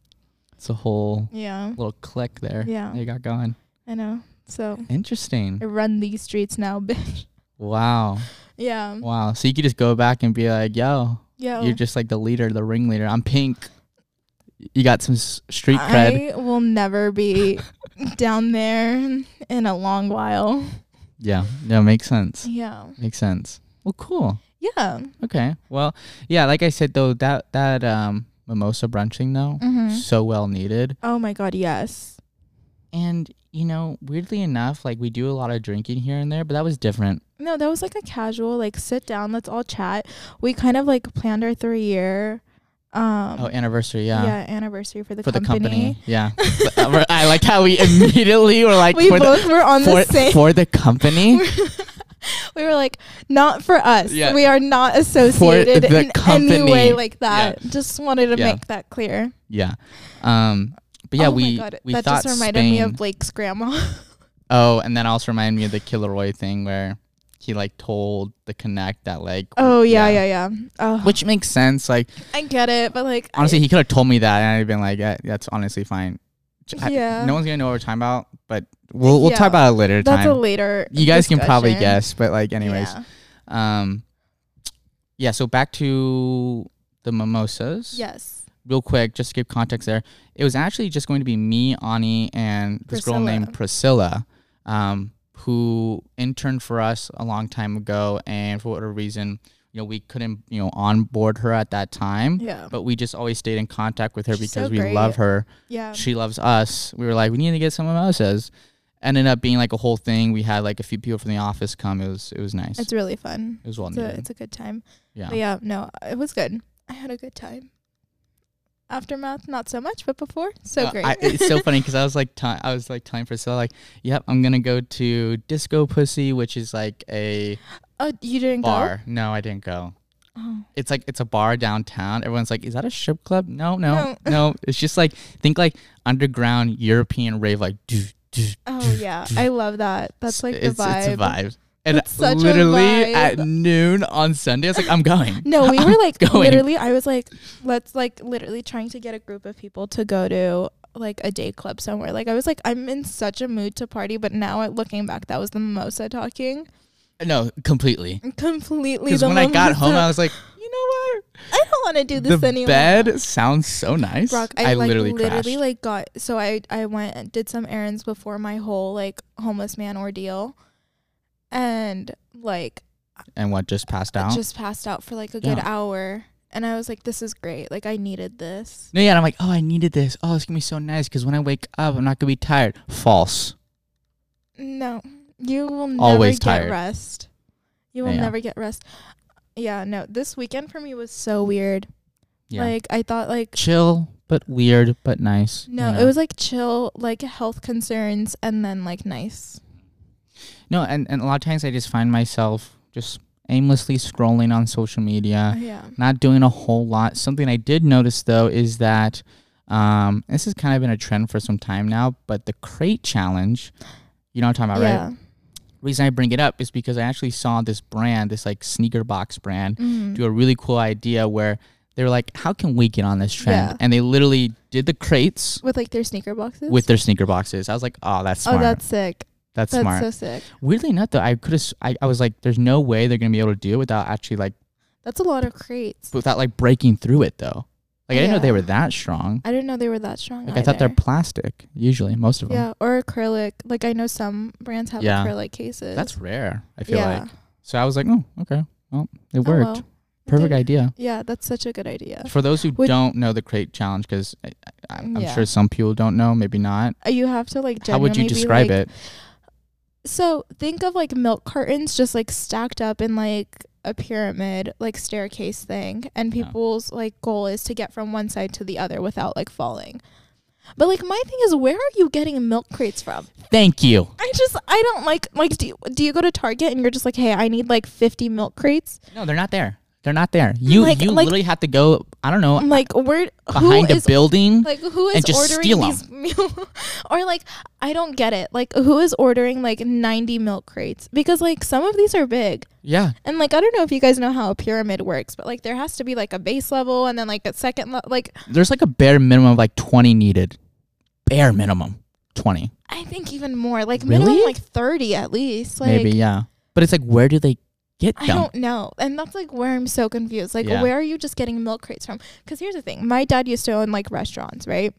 It's a whole
Yeah.
little click there.
Yeah.
you got going.
I know. So
Interesting.
I run these streets now, bitch.
Wow.
Yeah.
Wow. So you could just go back and be like, yo,
Yeah.
you're just like the leader, the ringleader. I'm pink. You got some s- street cred.
I will never be down there in a long while.
Yeah. Yeah. Makes sense.
Yeah.
Makes sense. Well, cool.
Yeah.
Okay. Well, yeah. Like I said, though, that, that, um, mimosa brunching, though,
hmm
so well needed.
Oh my God, yes.
And, you know, weirdly enough, like we do a lot of drinking here and there, but that was different.
No, that was like a casual, like sit down, let's all chat. We kind of like planned our three year um
Oh, anniversary. Yeah.
yeah. anniversary for the
For the company.
company.
Yeah. But, uh, we're- I like how we immediately were like,
we
for the-
both were on
for,
the same
for the company
we were like, not for us.
Yeah.
We are not associated
the
in any
company.
way like that. Just wanted to
Yeah.
make that clear.
yeah um but yeah
oh
we
my God.
we
that
thought
just reminded
Spain,
me of Blake's grandma.
oh and then also reminded me of the Killeroy thing where he like told the connect that like
Oh yeah, yeah, yeah. Oh,
which makes sense like
I get it, but like I-
honestly he could have told me that and I'd have been like yeah, that's honestly fine J- I-
Yeah.
no one's gonna know what we're talking about but we'll we'll
Yeah.
talk about it later
that's
time
a later.
you guys can probably
discussion.
um, guess but like anyways
Yeah.
um yeah so back to the mimosas.
Yes.
Real quick, just to give context there, it was actually just going to be me, Ani, and this girl named Priscilla, um, who interned for us a long time ago, and for whatever reason, you know, we couldn't, you know, onboard her at that time.
Yeah.
But we just always stayed in contact with her
She's
because
so
we
great. Oh.
love her.
Yeah.
She loves us. We were like, we need to get some mimosas. Ended up being like a whole thing. We had like a few people from the office come. It was it was nice.
It's really fun.
it was well
It's a,
needed.
it's a good time.
Yeah.
But yeah, no, it was good. I had a good time. Aftermath, not so much, but before, so
Uh,
great.
I, it's so funny because I was like, t- I was like telling Priscilla, like, "Yep, I'm gonna go to Disco Pussy, which is like a
oh, you didn't go?
bar." No, I didn't go.
Oh.
It's like it's a bar downtown. Everyone's like, "Is that a strip club?" No, no,
No.
no. It's just like think like underground European rave, like. Do, do,
Oh yeah, I love that. That's like the
it's,
vibe.
It's a vibe. And
That's such a
literally
vibe.
at noon on Sunday, it's like I'm going.
No, we were like
going.
literally. I was like, let's like literally trying to get a group of people to go to like a day club somewhere. Like I was like, I'm in such a mood to party, but now I, looking back, that was the mimosa talking.
no, completely.
Completely.
Because
the
when I got home, I
mimosa.
was like, you know what?
I don't want to do this
the
anymore.
bed sounds so nice.
Brock, I, like,
literally
literally,
crashed.
like got so I I went and did some errands before my whole like homeless man ordeal, and like
and what just passed
I
out.
just passed out for like a good
Yeah.
hour, and I was like, this is great. Like I needed this.
no, yeah, and I'm like, oh, I needed this. Oh, it's gonna be so nice because when I wake up, I'm not gonna be tired. False.
No, you will never
Always
get
tired.
rest. You will
Yeah.
never get rest. Yeah, no. This weekend for me was so weird.
Yeah,
Like I thought, like
chill but weird but nice. you
no,
know?
it was like chill, like health concerns, and then like nice.
no, and and a lot of times I just find myself just aimlessly scrolling on social media,
yeah,
not doing a whole lot. Something I did notice though is that. Um, this has kind of been a trend for some time now, but the crate challenge, you know what I'm talking about, right?
yeah.
reason I bring it up is because I actually saw this brand, this like sneaker box brand,
Mhm.
do a really cool idea where they were like, how can we get on this trend?
Yeah.
And they literally did the crates
With like their sneaker boxes.
with their sneaker boxes. I was like, oh, that's
oh,
smart.
that's sick.
that's,
That's
smart.
so sick.
Weirdly enough, though, I could have, I, I was like, there's no way they're going to be able to do it without actually like,
That's a lot of crates.
without like breaking through it though. Like, I didn't know they
Yeah.
were that strong.
I didn't know they were that strong.
Like, I thought they're
either.
plastic, usually, most of them.
yeah, or acrylic. Like I know some brands have
Yeah.
acrylic cases.
That's rare, I feel
yeah.
like. So I was like, oh, okay. Well, it
Oh,
worked.
well.
Perfect
Did-
idea.
Yeah, that's such a good idea.
For those who
Would-
don't know the crate challenge, because I'm, I'm
Yeah.
sure some people don't know, maybe not.
Uh, You have to like.
How would you describe it?
it? So think of like milk cartons just like stacked up in like a pyramid, like staircase thing, and
Yeah.
people's like goal is to get from one side to the other without like falling. But like my thing is, where are you getting milk crates from?
Thank you.
I just I don't like like do you, do you go to Target and you're just like, hey, I need like 50 milk crates?
No, they're not there. They're not there. You
Mm, Like-
you
like-
literally have to go. I don't know
I'm like, where who
behind a
is
building.
Like who is
and just
ordering
steal 'em.
these meal- or like I don't get it. Like who is ordering like 90 milk crates? Because like some of these are big.
yeah,
And like I don't know if you guys know how a pyramid works, but like there has to be like a base level and then like a second le- like
there's like a bare minimum of like 20 needed. Bare minimum, 20
I think even more. Like
Really?
minimum like 30 at least. Like
maybe. Yeah, but it's like where do they get
I
them?
don't know. And that's like where I'm so confused. Like,
Yeah.
where are you just getting milk crates from? Because here's the thing my dad used to own like restaurants, right?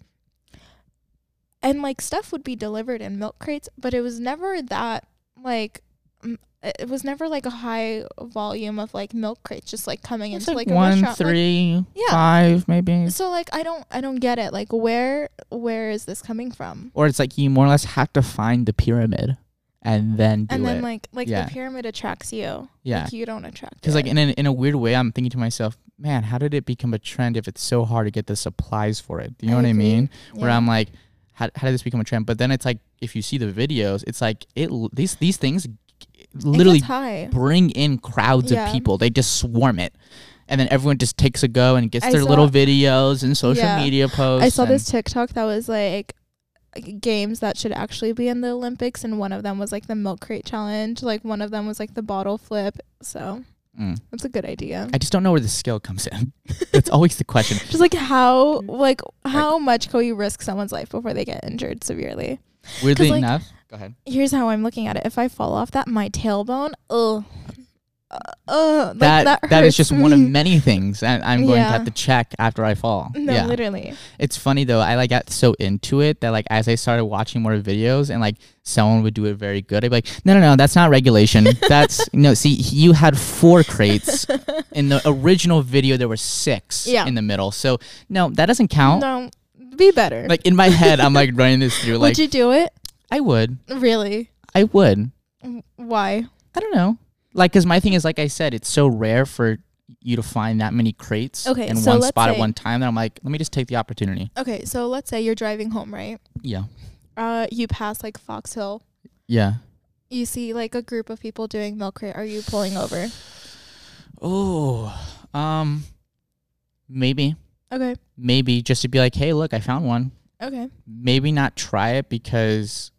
And like stuff would be delivered in milk crates, but it was never that like. m- It it was never like a high volume of like milk crates just like coming
It's
into
like,
like, a
one,
restaurant. Like,
three,
Yeah.
five, maybe.
so like I don't I don't get it. Like where where is this coming from?
Or it's like you more or less have to find the pyramid and then do
and then
it.
like like
Yeah.
the pyramid attracts you.
yeah,
Like you don't attract.
Because like
it.
in a, in a weird way, I'm thinking to myself, man, how did it become a trend if it's so hard to get the supplies for it? Do you know what
I
I
agree.
mean? Where
Yeah.
I'm like, how, how did this become a trend? But then it's like, if you see the videos, it's like it l- these these things g-
It
literally
gets high.
bring in crowds
Yeah.
of people. They just swarm it, and then everyone just takes a go and gets
I
their
saw-
little videos and social
Yeah.
media posts.
I saw
and-
this TikTok that was like games that should actually be in the Olympics, and one of them was like the milk crate challenge. Like one of them was like the bottle flip. So
Mm.
that's a good idea.
I just don't know where the skill comes in. That's always the question.
Just like how like how much can you risk someone's life before they get injured severely?
Weirdly
like-
enough, go ahead.
Here's how I'm looking at it. If I fall off that my tailbone, ugh. uh, like
that
that,
that is
hurts
just one of
me.
many things that I'm going to have
Yeah.
to check after I fall.
No,
yeah.
literally.
It's funny though. I like got so into it that like as I started watching more videos and like someone would do it very good, I'd be like, no, no, no, that's not regulation. That's no. See, you had four crates in the original video. There were six
Yeah.
in the middle. So no, that doesn't count.
No, be better.
Oh. Like in my head, I'm like running this through. Like
would you do it?
I would,
Really?
I would.
W- Why?
I don't know. Like, cause my thing is, like I said, it's so rare for you to find that many crates
Okay,
in
so
one
let's
spot at
say-
one time. That I'm like, let me just take the opportunity.
Okay, so let's say you're driving home, right?
Yeah,
Uh, you pass like Fox Hill.
yeah.
You see like a group of people doing milk crate. Are you pulling over?
Oh, um, maybe,
Okay.
maybe just to be like, hey, look, I found one.
Okay.
Maybe not try it because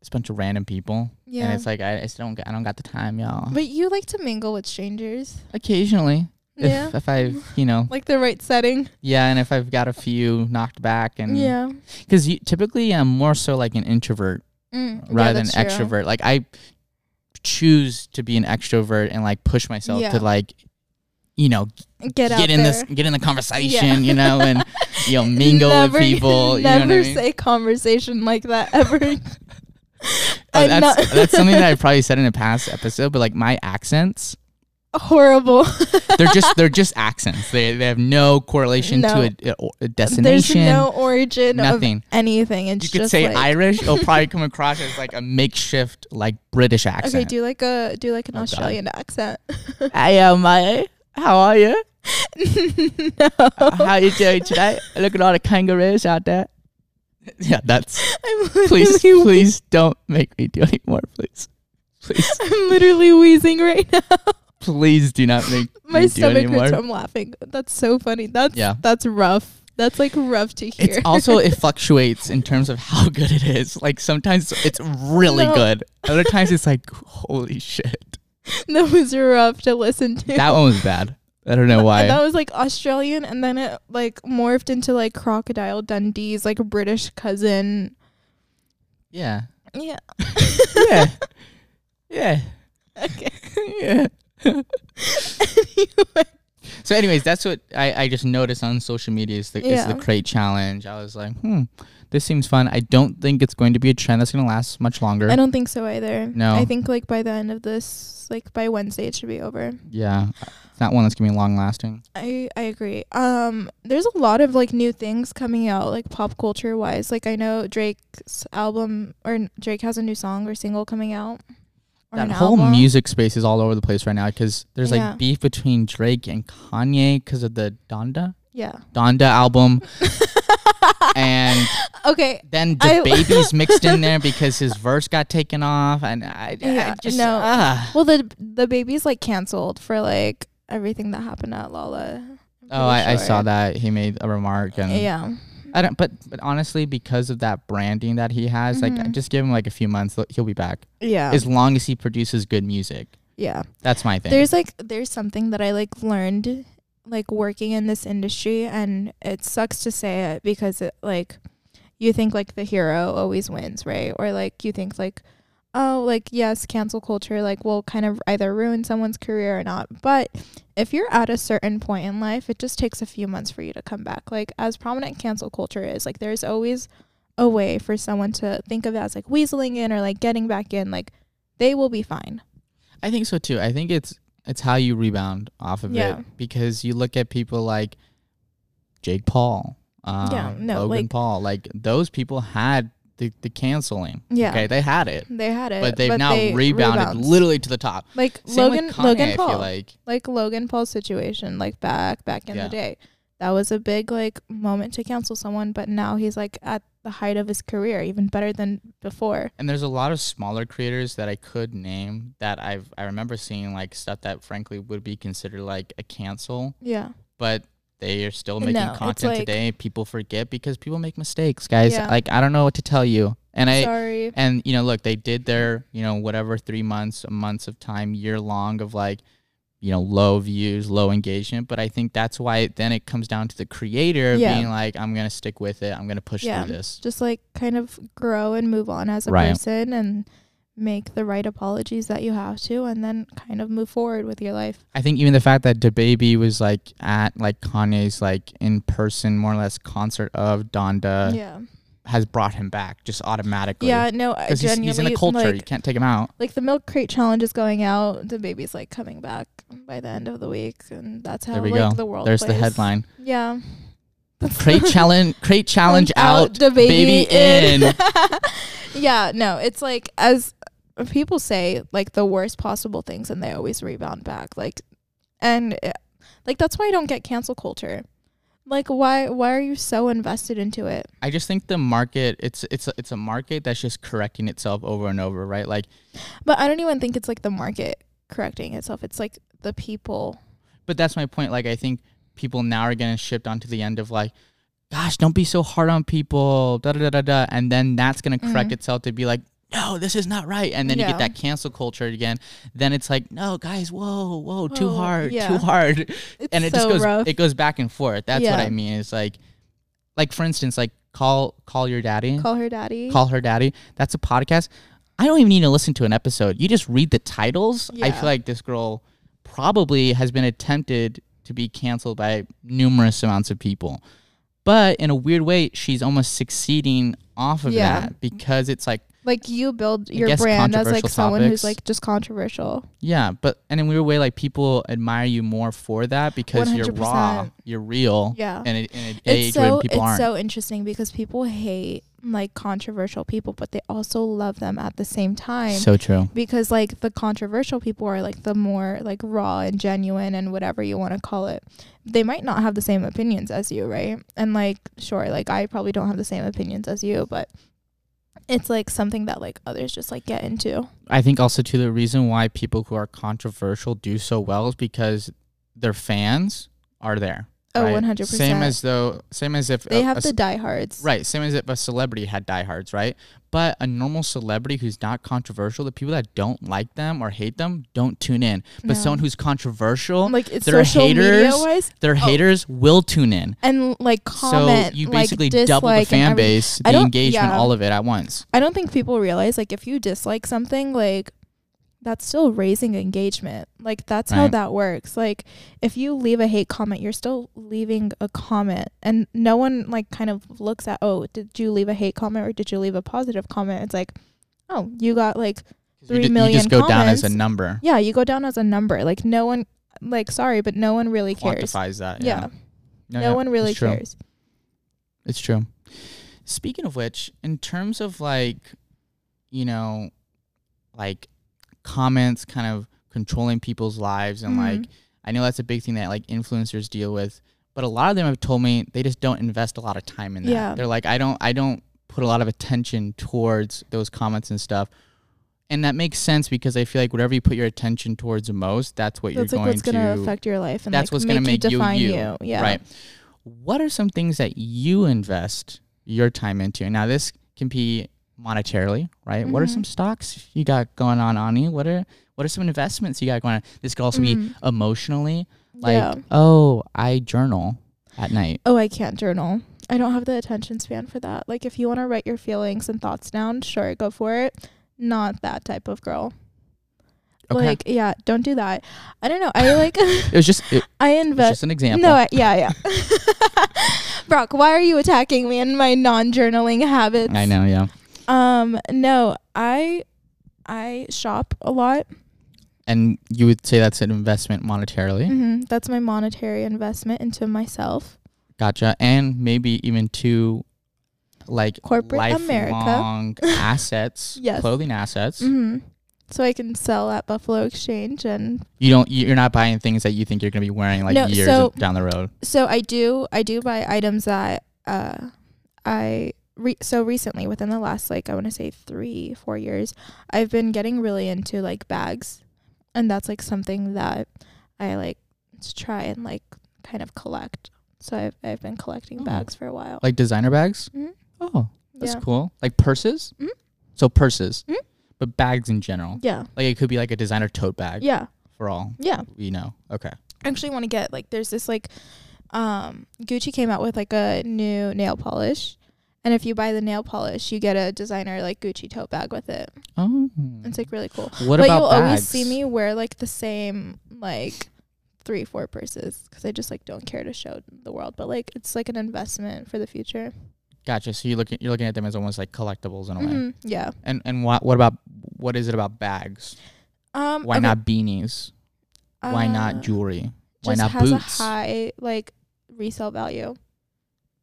it's a bunch of random people, and
Yeah.
it's like I, I just don't, got- I don't got the time, y'all.
But you like to mingle with strangers.
Occasionally,
Yeah.
if if I, you know,
Like the right setting.
yeah, and if I've got a few knocked back, and
yeah.
because typically I'm more so like an introvert.
Mm.
rather
yeah,
than
that's true.
extrovert. Like I choose to be an extrovert and like push myself
Yeah.
to like you know
Get, out
in
there.
this get in the conversation, you know, and you know mingle
never,
with people, you know
Never
what I mean?
say conversation like that ever.
Oh,
and
that's,
not-
that's something that I probably said in a past episode, but like my accents,
horrible.
they're just they're just accents. They they have no correlation
No.
to a- a, a
There's
destination.
no origin of
nothing.
anything. It's
You could
just
say
like,
Irish, it'll probably come across as like a makeshift like British accent.
Okay, do like a do like an
Oh, God. Uh,
Australian accent.
I am I. How are you?
no,
How you doing today? Look at all the kangaroos out there. Yeah, that's
I'm literally,
please, please don't make me do anymore, please. Please,
I'm literally wheezing right now.
please do not make
My
me do
stomach
anymore.
hurts from laughing. That's so funny. That's
Yeah.
that's rough. That's like rough to hear.
It's also it fluctuates in terms of how good it is. Like sometimes it's really
No.
good. Other times it's like holy shit.
that was rough to listen to.
That one was bad. I don't know
And that
why.
was like Australian, and then it like morphed into like Crocodile Dundee's like British cousin.
Yeah.
Yeah.
Yeah. Yeah.
Okay.
yeah. so, anyways, that's what I, I just noticed on social media is the, is
Yeah.
the crate challenge. I was like, hmm, this seems fun. I don't think it's going to be a trend that's going to last much longer.
I don't think so either.
No.
I think like by the end of this, like by Wednesday, it should be over.
yeah, it's not one that's going to be long lasting.
I I agree. Um, there's a lot of like new things coming out, like pop culture wise. Like I know Drake's album or n- Drake has a new song or single coming out. Or
That
an
whole
album.
music space is all over the place right now because there's
Yeah.
like beef between Drake and Kanye because of the Donda
Yeah.
Donda album, and
Okay.
then the
I-
baby's mixed in there because his verse got taken off, and I,
Yeah,
I just
no.
ah.
Well, the the baby's like canceled for like everything that happened at Lala. I'm
Oh, I,
pretty
I
sure.
saw that he made a remark, and
Yeah.
I don't. But but honestly, because of that branding that he has, like
Mhm.
just give him like a few months, he'll- he'll be back.
Yeah.
As long as he produces good music,
yeah.
that's my thing.
There's like there's something that I like learned like working in this industry and it sucks to say it because it like you think like the hero always wins, right? Or like you think like oh, like yes, cancel culture like will kind of either ruin someone's career or not. But if you're at a certain point in life, it just takes a few months for you to come back. Like as prominent cancel culture is, like there's always a way for someone to think of it as like weaseling in or like getting back in like they will be fine.
I think so too. I think it's it's how you rebound off of
Yeah.
it because you look at people like Jake Paul, um,
Yeah, no,
Logan
like-
Paul, like those people had the, the canceling.
Yeah.
okay, they had it,
They had it,
but they've now
they
rebounded
rebounds.
literally to the top.
like
Same
Logan,
with Kanye,
Logan
I
Paul,
feel
like.
like.
Logan Paul's situation, like back back in
Yeah.
the day, that was a big like moment to cancel someone. But now he's like at the height of his career, even better than before.
And there's a lot of smaller creators that I could name that I've I remember seeing like stuff that frankly would be considered like a cancel,
Yeah,
but they are still making
No, it's
content
like-
today. People forget because people make mistakes, guys.
Yeah.
Like I don't know what to tell you. And I
sorry.
and you know, look, they did their, you know, whatever 3 months, months of time, year long of like you know, low views, low engagement, but I think that's why it, then it comes down to the creator
Yeah.
being like, I'm gonna stick with it. I'm gonna push
Yeah.
through this.
Just like kind of grow and move on as a
Right.
person and make the right apologies that you have to and then kind of move forward with your life.
I think even the fact that DaBaby was like at like Kanye's like in person more or less concert of Donda
yeah.
has brought him back just automatically.
Yeah, no, I
Because he's,
genuinely
he's in the culture. you
like
can't take him out.
like the milk crate challenge is going out, the baby's like coming back by the end of the week and that's how
There we
like
go.
the world
There's the
plays.
headline.
Yeah.
Crate challenge crate challenge out.
the
baby in.
yeah, no, it's like as people say, like the worst possible things, and they always rebound back. Like, and it, like that's why I don't get cancel culture. Like, why why are you so invested into it?
I just think the market it's it's a- it's a market that's just correcting itself over and over, right? Like
But I don't even think it's like the market correcting itself. It's like the people.
but that's my point. Like I think people now are getting shipped onto the end of like, gosh, don't be so hard on people, da da da da da, and then that's gonna correct
Mhm.
itself to be like, no, this is not right, and then you get
Yeah.
that cancel culture again. Then it's like, no, guys, whoa, whoa, too
Whoa,
hard,
yeah.
too hard,
It's
and it
so
just goes,
rough.
it goes back and forth. That's what
Yeah.
I mean. It's like, like for instance, like call call your daddy,
Call her daddy.
Call her daddy. That's a podcast. I don't even need to listen to an episode. You just read the titles. I
Yeah.
feel like this girl probably has been attempted to be canceled by numerous amounts of people. But in a weird way, she's almost succeeding off of
Yeah.
that because it's like,
like you build
I
your
guess
brand as like
controversial
someone
topics.
who's like just controversial.
yeah, but and in a weird way, like people admire you more for that because you are raw,
100%.
you're real,
Yeah.
and it, in an age
it's so
when people
it's
aren't.
so interesting because people hate like controversial people, but they also love them at the same time.
so true.
because like the controversial people are like the more like raw and genuine and whatever you want to call it. They might not have the same opinions as you, right? And like sure, like I probably don't have the same opinions as you, but it's like something that like others just like get into.
I think also too the reason why people who are controversial do so well is because their fans are there.
Oh,
right?
100%.
Same as though, same as if
they
a-
have
a
the
ce-
diehards.
right, same as if a celebrity had diehards, right? But a normal celebrity who's not controversial, the people that don't like them or hate them don't tune in. But
No. Mm,
someone who's controversial,
Like it's
They're
social media
haters.
wise
their haters will tune in.
and like oh. comment.
so you
like,
basically
dislike
double the
and
fan
everything.
base,
I
the
don't-
engagement,
yeah.
all of it at once.
I don't think people realize like if you dislike something, like that's still raising engagement. Like that's how
Right.
that works. Like if you leave a hate comment, you're still leaving a comment and no one like kind of looks at, "Oh, did you leave a hate comment or did you leave a positive comment?" It's like, "Oh, you got like
'Cause
Three
you, ju- you
million
just go down as a
comments.
number.
yeah, you go down as a number." Like no one like sorry, but no one really cares.
Quantifies that.
yeah.
Yeah.
No,
yeah,
one really
it's true.
cares.
It's true. Speaking of which, in terms of like, you know, like comments kind of controlling people's lives, and like,
Mhm.
I know that's a big thing that like influencers deal with, but a lot of them have told me they just don't invest a lot of time in that.
Yeah.
They're like, I don't, I don't put a lot of attention towards those comments and stuff. And that makes sense because I feel like whatever you put your attention towards the most, that's what
That's
you're
like what's
going
going to
to
affect your life and
that's
like
what's
make,
gonna
you
make you
define
you,
Yeah.
Right. What are some things that you invest your time into? Now, this can be monetarily, right? What are
Mhm.
some stocks you got going on, Ani? What are what are some investments you got going on? This could also
Mhm.
be emotionally, like,
yeah.
oh, I journal at night.
oh, I can't journal. I don't have the attention span for that. Like, if you want to write your feelings and thoughts down, sure, go for it. Not that type of girl.
Okay,
Like, yeah, don't do that. I don't know. I like,
it was just it
I
was
invest.
just an example.
No, I, yeah, yeah. Brock, why are you attacking me and my non-journaling habits?
I know, yeah.
Um, no, I, I shop a lot.
And you would say that's an investment monetarily,
hmm That's my monetary investment into myself.
gotcha, and maybe even to like
Corporate America.
lifelong assets,
Yes.
clothing assets.
hmm So I can sell at Buffalo Exchange and
You don't. you- You're not buying things that you think you're gonna be wearing like
No,
years
so-
down the road.
so I do I do buy items that uh I re- so recently within the last like I want to say 3 4 years I've been getting really into like bags and that's like something that I like to try and like kind of collect so I've I've been collecting
Oh.
bags for a while
Like designer bags.
Mhm.
Oh, that's
yeah
cool. Like purses.
Mhm.
So purses,
Mhm.
but bags in general.
yeah
Like it could be like a designer tote bag
yeah
for all
yeah
we know. Okay.
I actually want to get like there's this like um Gucci came out with like a new nail polish And if you buy the nail polish, you get a designer like Gucci tote bag with it.
Oh.
It's like really cool.
what about
but you'll
bags?
always see me wear like the same like three four purses because I just like don't care to show the world. But like it's like an investment for the future.
Gotcha. So you look at, you're looking at them as almost like collectibles in a way.
Mhm, Yeah.
And and what what about what is it about bags?
Um.
Why
okay,
not beanies? Why
uh,
not jewelry? Why
just
not
has
boots?
a high like resale value.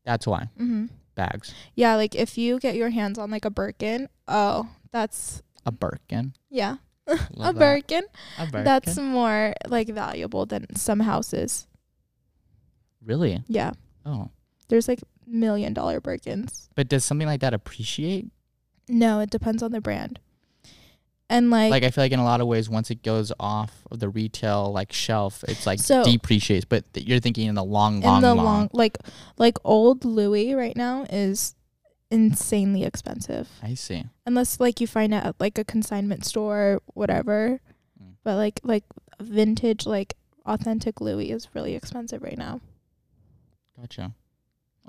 That's why
hmm
bags.
Yeah. Like if you get your hands on like a Birkin, oh, that's
A Birkin.
yeah, a
Love that.
Birkin.
A Birkin.
That's more like valuable than some houses.
really.
Yeah.
Oh,
There's like million dollar Birkins.
but does something like that appreciate?
No, it depends on the brand. And like,
like I feel like in a lot of ways, once it goes off of the retail like shelf, it's like
So-
depreciates. But th- you're thinking in the long,
in
long,
the
long.
long, like like old Louis right now is insanely expensive.
I see.
Unless like you find it at like a consignment store or whatever.
Mm.
But like like vintage like authentic Louis is really expensive right now.
Gotcha.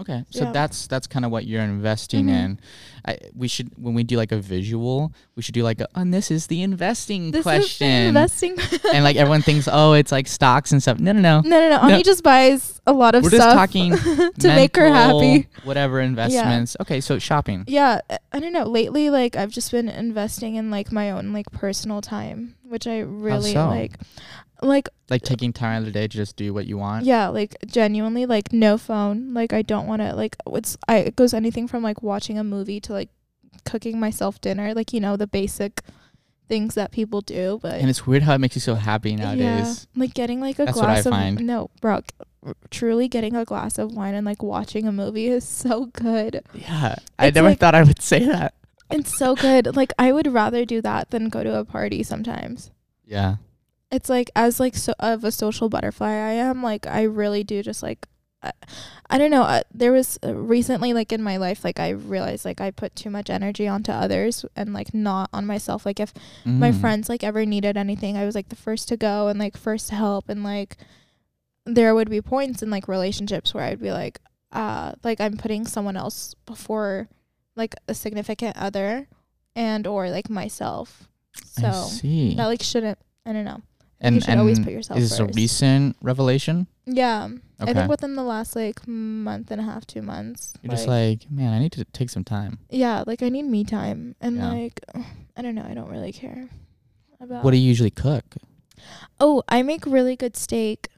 Okay, so
Yeah.
that's that's kind of what you're investing
Mhm.
in. I, we should when we do like a visual, we should do like a, "Oh, and this is the investing
This
question,
is investing.
and like everyone thinks, oh, it's like stocks and stuff. No, no, no.
no, no, no. Ani
No.
just buys a lot of
We're just
stuff
talking
to make her
mental,
happy.
Whatever investments. Okay, so shopping.
yeah uh, I- i don't know lately like i've just been investing in like my own like personal time which i really
so?
like like
like taking time out of the day to just do what you want.
yeah like genuinely like no phone like i don't want to like it's i it goes anything from like watching a movie to like cooking myself dinner like you know the basic things that people do but
And it's weird how it makes you so happy nowadays.
yeah like getting like a
That's what I
glass of
find.
no bro truly getting a glass of wine and like watching a movie is so good
Yeah. I
It's
never
like-
thought I would say that.
it's so good like i would rather do that than go to a party sometimes
Yeah.
it's like as like so of a social butterfly I am like I really do just like I, I don't know uh, there was uh, recently like in my life like I realized like I put too much energy onto others and like not on myself like if my
Mm.
friends like ever needed anything I was like the first to go and like first to help and like there would be points in like relationships where I'd be like uh like I'm putting someone else before like a significant other and or like myself
I
so
see.
that like shouldn't I don't know
and
you should
and
always put yourself
is this a
first.
recent revelation?
yeah, I
Okay.
think within the last like month and a half, two months.
You're just like, man, I need to take some time.
yeah, like I need me time, and
Yeah.
like I don't know, I don't really care about.
What do you usually cook?
oh, I make really good steak.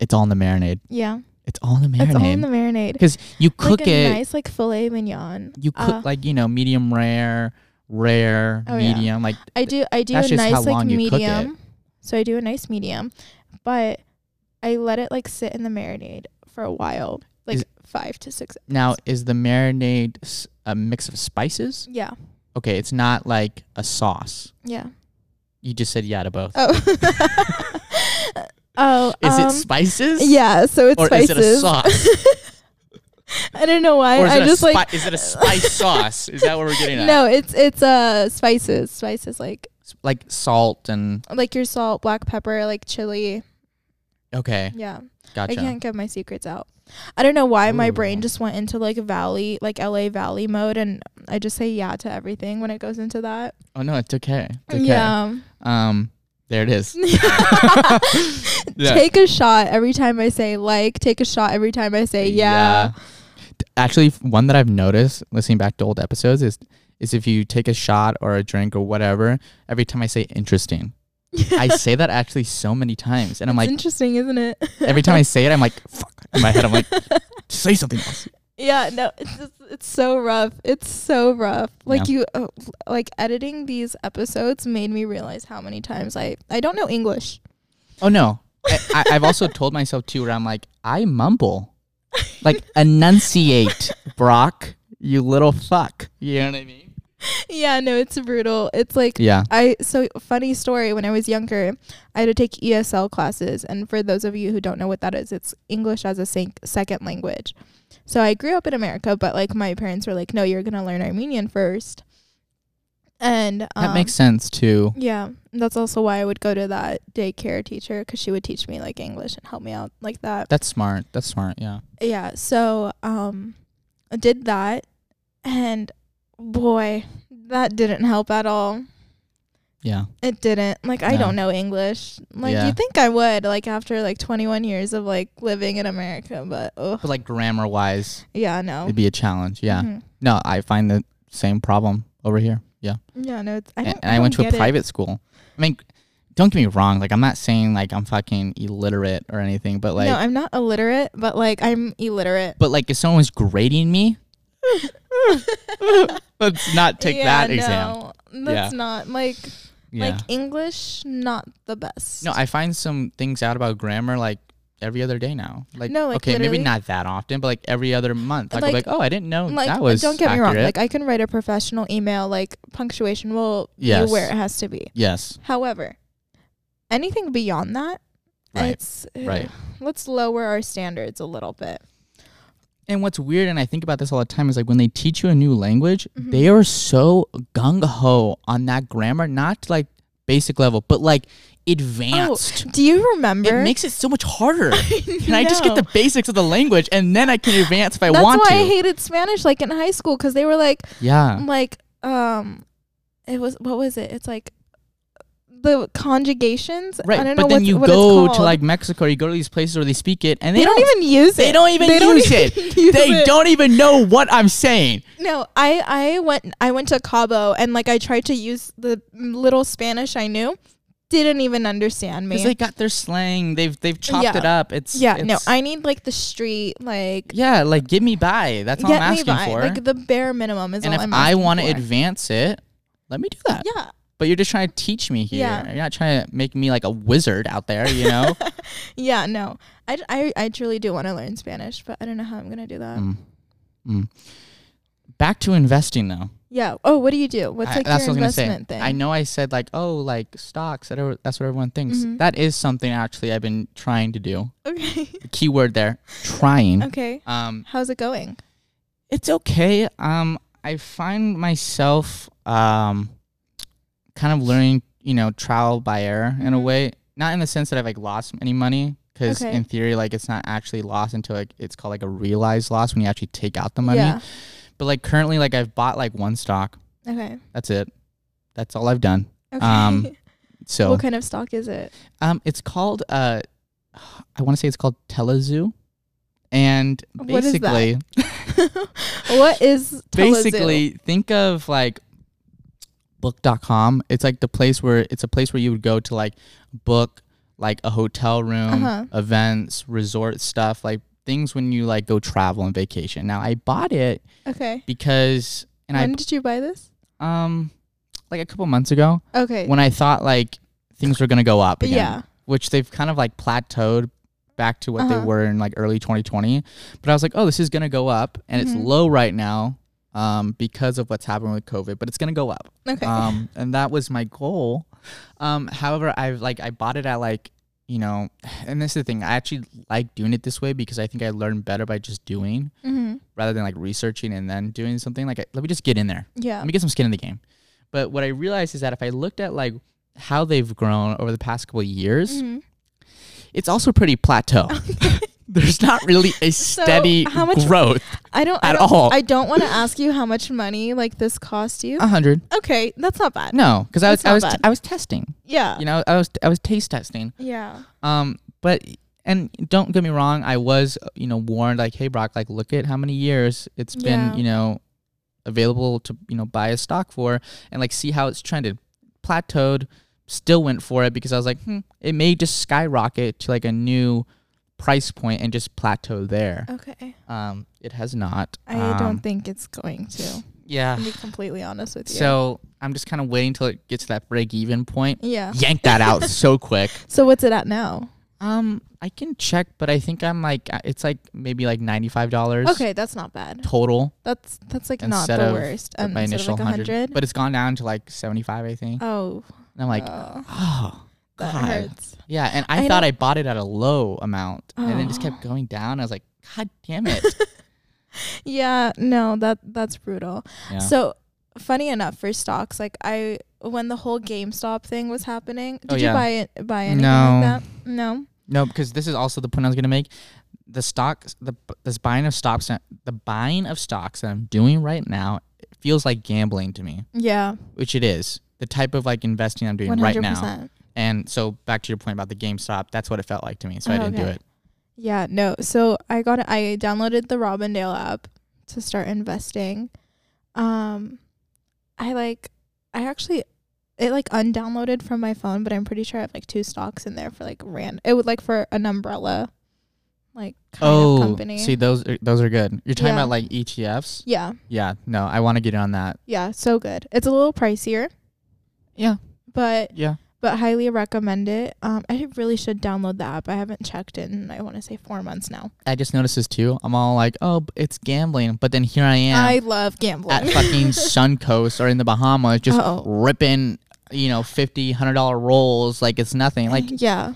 It's all in the marinade.
Yeah,
It's all in the
it's all in
marinade.
the marinade.
you cook
like a
it.
nice like filet mignon.
you cook
uh,
like you know medium rare, rare,
Oh, yeah.
medium. Like
I do. I do
That's
a
just how
nice like
long you cook it.
medium. So I do a nice medium, but I let it like sit in the marinade for a while, like
Is-
five to six.
now, is the marinade s- a mix of spices?
Yeah,
Okay, it's not like a sauce.
yeah.
You just said yeah to both.
Oh. oh.
Is
um,
it spices?
Yeah, so it's
or
spices.
is it a sauce?
I don't know why.
or is,
I
it
just
a spi-
like
is it a spice sauce? Is that what we're getting at?
no, it's it's uh spices, spices like
S- Like salt and
like your salt, black pepper, like chili.
okay,
Yeah, I
gotcha.
can't give my secrets out. I don't know why my
Ooh.
brain just went into like valley, like LA valley mode, and I just say yeah to everything when it goes into that.
Oh no, it's okay. It's okay.
Yeah.
Um, there it is. Yeah.
Take a shot every time I say like. Take a shot every time I say yeah.
D- Actually, f- one that I've noticed listening back to old episodes is is if you take a shot or a drink or whatever, every time I say interesting, I say that actually so many times, and I'm
It's
like,
interesting, isn't it?
every time I say it, I'm like, fuck. In my head, I'm like, say something else.
Yeah, no, it's just, it's so rough. It's so rough. Like
Yeah.
you, oh, like editing these episodes made me realize how many times I I don't know English.
Oh no. I, I, I've also told myself too, where I'm like, I mumble, like enunciate, Brock, you little fuck. You know what I mean?
yeah, no, it's brutal. It's like
Yeah.
I so funny story. When I was younger, I had to take ESL classes, and for those of you who don't know what that is, it's English as a sec- second language. So I grew up in America, but like my parents were like, "No, you're gonna learn Armenian first. And um,
That makes sense too.
Yeah, that's also why I would go to that daycare teacher because she would teach me like English and help me out like that.
That's smart. That's smart. Yeah.
Yeah, so um, did that, and boy, that didn't help at all.
Yeah.
It didn't. Like I
No.
don't know English. Like
Yeah.
you think I would like after like 21 years of like living in America, but oh
But like grammar wise,
yeah, no.
it'd be a challenge. Yeah.
Mhm.
No, I find the same problem over here. Yeah.
Yeah, no. It's, I
A-
don't,
and, I went to
don't
a
get it.
private school. I mean, don't get me wrong. Like, I'm not saying like I'm fucking illiterate or anything, but like,
no, I'm not illiterate, but like I'm illiterate.
but like if someone's grading me, let's not take
Yeah,
that exam.
No, that's
Yeah.
not like
Yeah.
like English, not the best.
no, I find some things out about grammar like every other day now. Like,
No, like,
okay,
literally.
maybe not that often, but like every other month, like, I'll be
Like-
like, oh, I didn't know
like
that was.
don't get me wrong.
accurate."
Like I can write a professional email. Like punctuation will
Yes.
be where it has to be.
yes,
However, anything beyond that,
right.
it's uh,
Right.
Let's lower our standards a little bit.
and what's weird and i think about this all the time is like when they teach you a new language
Mhm.
they are so gung-ho on that grammar not like basic level but like advanced
Do you remember?
it makes it so much harder can i just get the basics of the language and then i can advance if i
That's
want
why
to
I hated Spanish like in high school because they were like
yeah
like um, it was what was it? It's like the conjugations. I
right
don't
but
know
then
what's-
you
what it's
go to
called.
like mexico or you go to these places where they speak it and
they,
they,
don't, even use
they
it.
don't even
They don't
use it
even use
they
it.
don't even know what i'm saying
No, I I went I went to Cabo and like I tried to use the little Spanish I knew, didn't even understand me.
because they got their slang they've they've chopped
Yeah.
it up it's
yeah, no,
it's-
I need like the street like
yeah like give me by that's all i'm
get me
asking
by.
for
Like the bare minimum is
and
all
if
I'm
I
asking
want to
for.
advance it, let me do that.
Yeah.
But you're just trying to teach me here.
Yeah.
You're not trying to make me like a wizard out there, you know?
Yeah, no. I, d- I, I truly do want to learn Spanish, but I don't know how I'm going to do that.
Mm. Mm. Back to investing though.
Yeah. Oh, what do you do? What's
I-
like
that's
your
what I was gonna
investment
say.
thing?
I know I said like, oh, like stocks. That are, that's what everyone thinks.
Mhm.
That is something actually I've been trying to do.
Okay.
The key word there, trying.
okay.
Um,
How's it going?
it's okay. Um, I find myself um, kind of learning, you know, trial by error in a
Mhm.
way. Not in the sense that I've like lost any money, because
Okay.
in theory, like it's not actually lost until like it's called like a realized loss when you actually take out the money.
Yeah.
But like currently, like I've bought like one stock.
Okay.
That's it. That's all I've done.
Okay.
Um, So
what kind of stock is it?
um, it's called uh, I want to say it's called Telezoo, and
What is that?
basically.
what is Telezoo?
basically think of like book.com it's like the place where it's a place where you would go to like book like a hotel room
Uh-huh.
events resort stuff like things when you like go travel and vacation now i bought it
Okay.
because and
when did you buy this?
i um like a couple months ago
Okay.
when i thought like things were gonna go up again,
yeah.
which they've kind of like plateaued back to what
Uh-huh.
they were in like early 2020. But I was like, oh, this is gonna go up, and
Mhm.
it's low right now um, because of what's happened with COVID. But it's gonna go up,
Okay.
um, and that was my goal. Um, however, I've like I bought it at like you know, and this is the thing. I actually like doing it this way because I think I learn better by just doing
hmm
rather than like researching and then doing something. Like, I- let me just get in there.
Yeah.
Let me get some skin in the game. But what I realized is that if I looked at like how they've grown over the past couple of years,
Mhm.
it's also pretty plateau. There's not really a
So,
steady
how much-
growth.
I don't I
At
don't-
all.
I don't want to ask you how much money like this cost you.
A hundred?
Okay, that's not bad.
No, because I was
That's not
I was
bad.
I was testing.
Yeah.
You know, I was I was taste testing.
Yeah.
Um, but and don't get me wrong, I was you know warned like, hey Brock, like look at how many years it's
Yeah.
been you know available to you know buy a stock for, and like see how it's trended, plateaued, still went for it because I was like, hmm, it may just skyrocket to like a new price point and just plateau there.
Okay.
Um, it has not.
Oh. I
Um,
don't think it's going to.
Yeah.
To be completely honest with you.
So I'm just kind of waiting till it gets to that break even point.
yeah.
Yank that out so quick.
So what's it at now?
Um, I can check, but I think I'm like uh, it's like maybe like ninety five dollars.
Okay, that's not bad.
Total
That's that's like
Instead
not the
of
worst.
for
Um,
my
instead of
initial
like a
hundred,
hundred.
but it's gone down to like seventy five, I think.
Oh,
and I'm like,
oh,
oh,
that
God.
hurts.
yeah. And I,
I
thought
don't-
I bought it at a low amount, and it just
Oh.
kept going down. I was like, God damn it.
Yeah, no, that that's brutal.
yeah.
So funny enough for stocks, like I when the whole GameStop thing was happening, did
Oh, yeah.
you buy it buy anything
No.
like that? No.
no, because this is also the point I was gonna make. the stocks the this buying of stocks the buying of stocks that I'm doing right now it feels like gambling to me,
Yeah.
which it is. The type of like investing I'm doing
One
right
hundred
now.
percent.
And so back to your point about the GameStop, that's what it felt like to me. So I
Oh,
didn't do
okay.
it.
Yeah, no. So I got I downloaded the Robindale app to start investing. Um I like I actually it like undownloaded from my phone, but I'm pretty sure I have like two stocks in there for like ran it would like for an umbrella like kind
oh,
of company.
see those are, those are good. You're talking
Yeah.
about like ETFs.
yeah,
Yeah, no, I want to get in on that.
yeah, so good. It's a little pricier,
Yeah,
but
yeah.
but highly recommend it. Um I really should download the app. I haven't checked in I want to say 4 months now.
I just noticed this too. I'm all like, oh, b- it's gambling, but then here I am
I love gambling.
at fucking Suncoast or in the Bahamas, just
Uh-oh.
ripping, you know, fifty, hundred dollar rolls like it's nothing. Like,
yeah.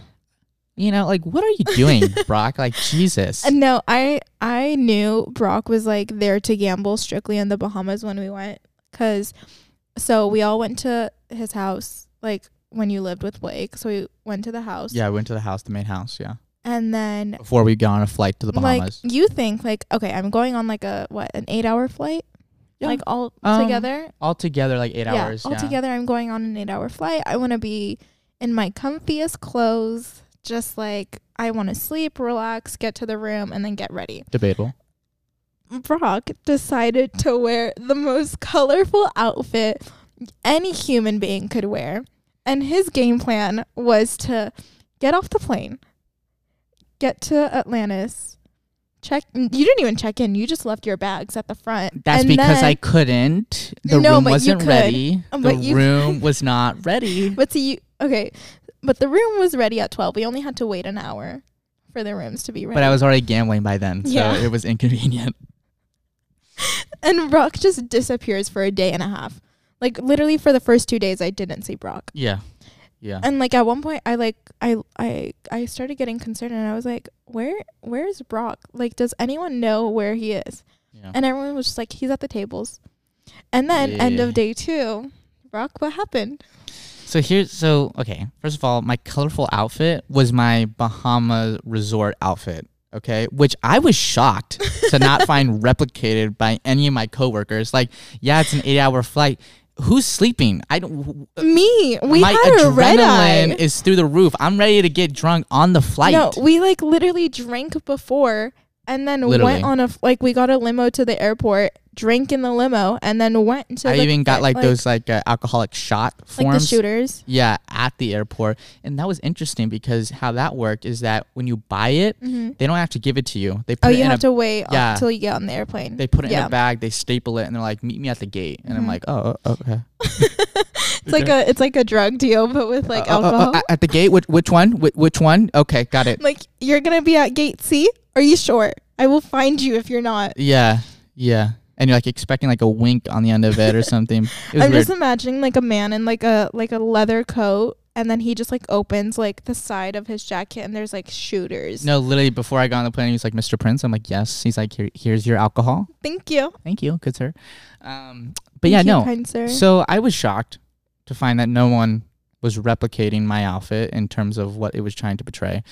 you know, like what are you doing, Brock? Like Jesus.
Uh, No, I I knew Brock was like there to gamble strictly in the Bahamas when we went cuz so we all went to his house like when you lived with Blake. So we went to the house
yeah, I went to the house, the main house. Yeah,
and then
before we got on a flight to the
like
Bahamas.
you think like okay, I'm going on like a what, an 8-hour flight?
Yeah.
Like all
Um,
together?
all together, like eight
yeah.
hours.
all together I'm going on an 8-hour flight. I want to be in my comfiest clothes just like I want to sleep, relax, get to the room and then get ready.
Debatable.
Brock decided to wear the most colorful outfit any human being could wear. And his game plan was to get off the plane, get to Atlantis, check. You didn't even check in. You just left your bags at the front.
That's
And
because
then-
I couldn't. The
No,
room
but you
wasn't
could.
ready.
Uh,
The
but you-
room was not ready.
But see, you, okay. But the room was ready at 12. We only had to wait an hour for the rooms to be ready.
But I was already gambling by then, so
Yeah.
it was inconvenient.
and Brock just disappears for a day and a half. Like, literally, for the first two days, I didn't see Brock.
Yeah. Yeah.
and like at one point i like i i i started getting concerned and i was like where where's brock like does anyone know where he is
yeah.
and everyone was just like he's at the tables and then end
Yeah.
of day two brock what happened
So here's so okay. First of all, my colorful outfit was my Bahama resort outfit, okay, which I was shocked to not find replicated by any of my coworkers. Like, yeah, it's an 8-hour flight. Who's sleeping? I don't
me
Uh,
we
my
had a red
adrenaline
eye
is through the roof. I'm ready to get drunk on the flight.
no we like literally drank before and then
Literally.
went on a f- like we got a limo to the airport drank in the limo and then went to
I
the-
even got like, those like uh, alcoholic shot forms.
like the shooters
Yeah, at the airport. And that was interesting because how that worked is that when you buy it, they don't have to give it to you. They put
Mm-hmm. oh
it
you
in a
have to wait
yeah.
until you get on the airplane
They put it in
Yeah. Mm-hmm.
a bag, they staple it, and they're like, "Meet me at the gate." And I'm like, "Oh, o- okay."
It's like a it's like a drug deal, but with like
Oh, oh, oh,
alcohol.
at- at the gate, which which one? Which, which one? Okay, got it.
like you're gonna be at gate C. Are you sure? I will find you if you're not.
Yeah, yeah. And you're like expecting like a wink on the end of it or something. It was weird.
I'm just imagining like a man in like a like a leather coat, and then he just like opens like the side of his jacket, and there's like shooters.
no, literally before I got on the plane, he was like, "Mr. Prince." I'm like, "Yes." He's like, Here, "Here's your alcohol.
Thank you.
Thank you, good sir." Um, but yeah,
Thank you,
no.
kind sir.
So I was shocked to find that no one was replicating my outfit in terms of what it was trying to portray.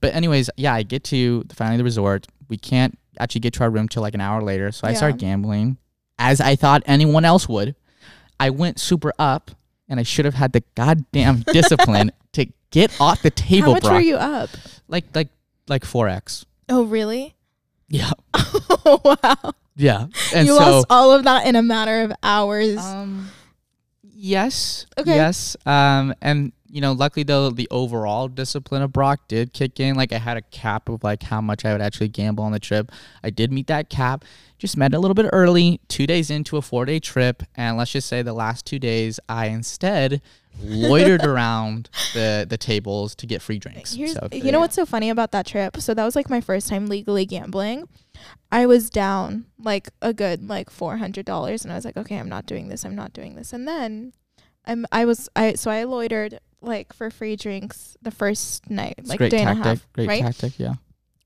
But anyways, yeah, I get to the- finally the resort. We can't actually get to our room till like an hour later, so I
Yeah.
started gambling as I thought anyone else would. I went super up, and I should have had the goddamn discipline to get off the
How
table,
much
Brock.
were you up?
like like like four x.
Oh really?
Yeah,
oh wow!
yeah. And
you
so
lost all of that in a matter of hours.
Um, yes.
Okay.
Yes. Um, and you know, luckily though, the overall discipline of Brock did kick in. Like I had a cap of like how much I would actually gamble on the trip. I did meet that cap. Just met it a little bit early, two days into a four day trip, and let's just say the last two days I instead loitered around the the tables to get free drinks.
Here's,
So
you
there
know
go.
what's so funny about that trip? So that was like my first time legally gambling. I was down like a good like four hundred dollars, and I was like, okay, I'm not doing this. I'm not doing this. And then, I'm I was I so I loitered like for free drinks the first night,
It's
like
great
day
tactic.
and a half,
great
right?
tactic. Yeah.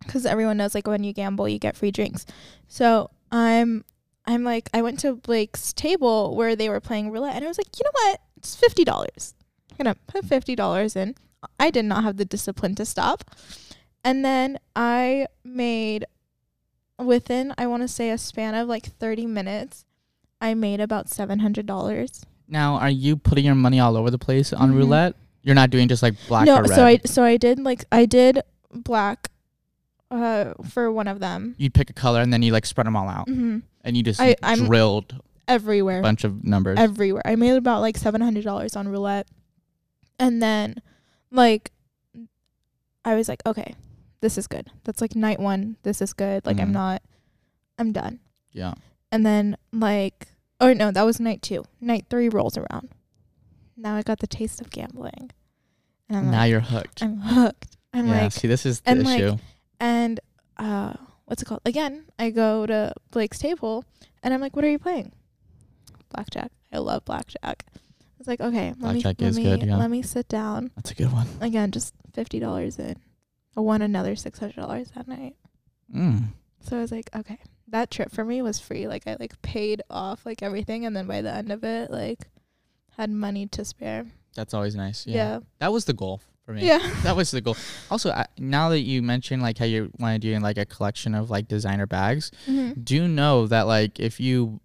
Because everyone knows like when you gamble, you get free drinks. So I'm I'm like I went to Blake's table where they were playing roulette, and I was like, you know what? It's fifty dollars. I'm gonna put fifty dollars in. I did not have the discipline to stop. And then I made within I want to say a span of like 30 minutes, I made about $700.
Now, are you putting your money all over the place on
Mhm.
roulette? You're not doing just like black
no,
or red.
so I so I did like I did black uh for one of them.
you pick a color and then you like spread them all out,
hmm
and you just
I- I'm-
drilled a
Everywhere.
bunch of numbers.
everywhere. I made about like seven hundred dollars on roulette, and then like I was like, okay, this is good. That's like night one. This is good. Like
Mhm.
I'm not, I'm done.
yeah.
And then like, oh no, that was night two. Night three rolls around. Now I got the taste of gambling, and I'm
now
like,
you're hooked.
I'm hooked. I'm
yeah.
like,
see, this is the
and, like,
issue.
and uh what's it called again i go to blake's table and i'm like what are you playing blackjack i love blackjack it's like okay let
Blackjack
me,
is
let,
good,
me
yeah.
let me sit down
That's a good one.
again just $50 in i won another $600 that night
Mm.
so i was like okay that trip for me was free like i like paid off like everything and then by the end of it like had money to spare
That's always nice. Yeah.
yeah
That was the goal for me.
yeah,
That was the goal. Also, I, now that you mentioned like how you want to do like a collection of like designer bags,
Mhm.
do know that like if you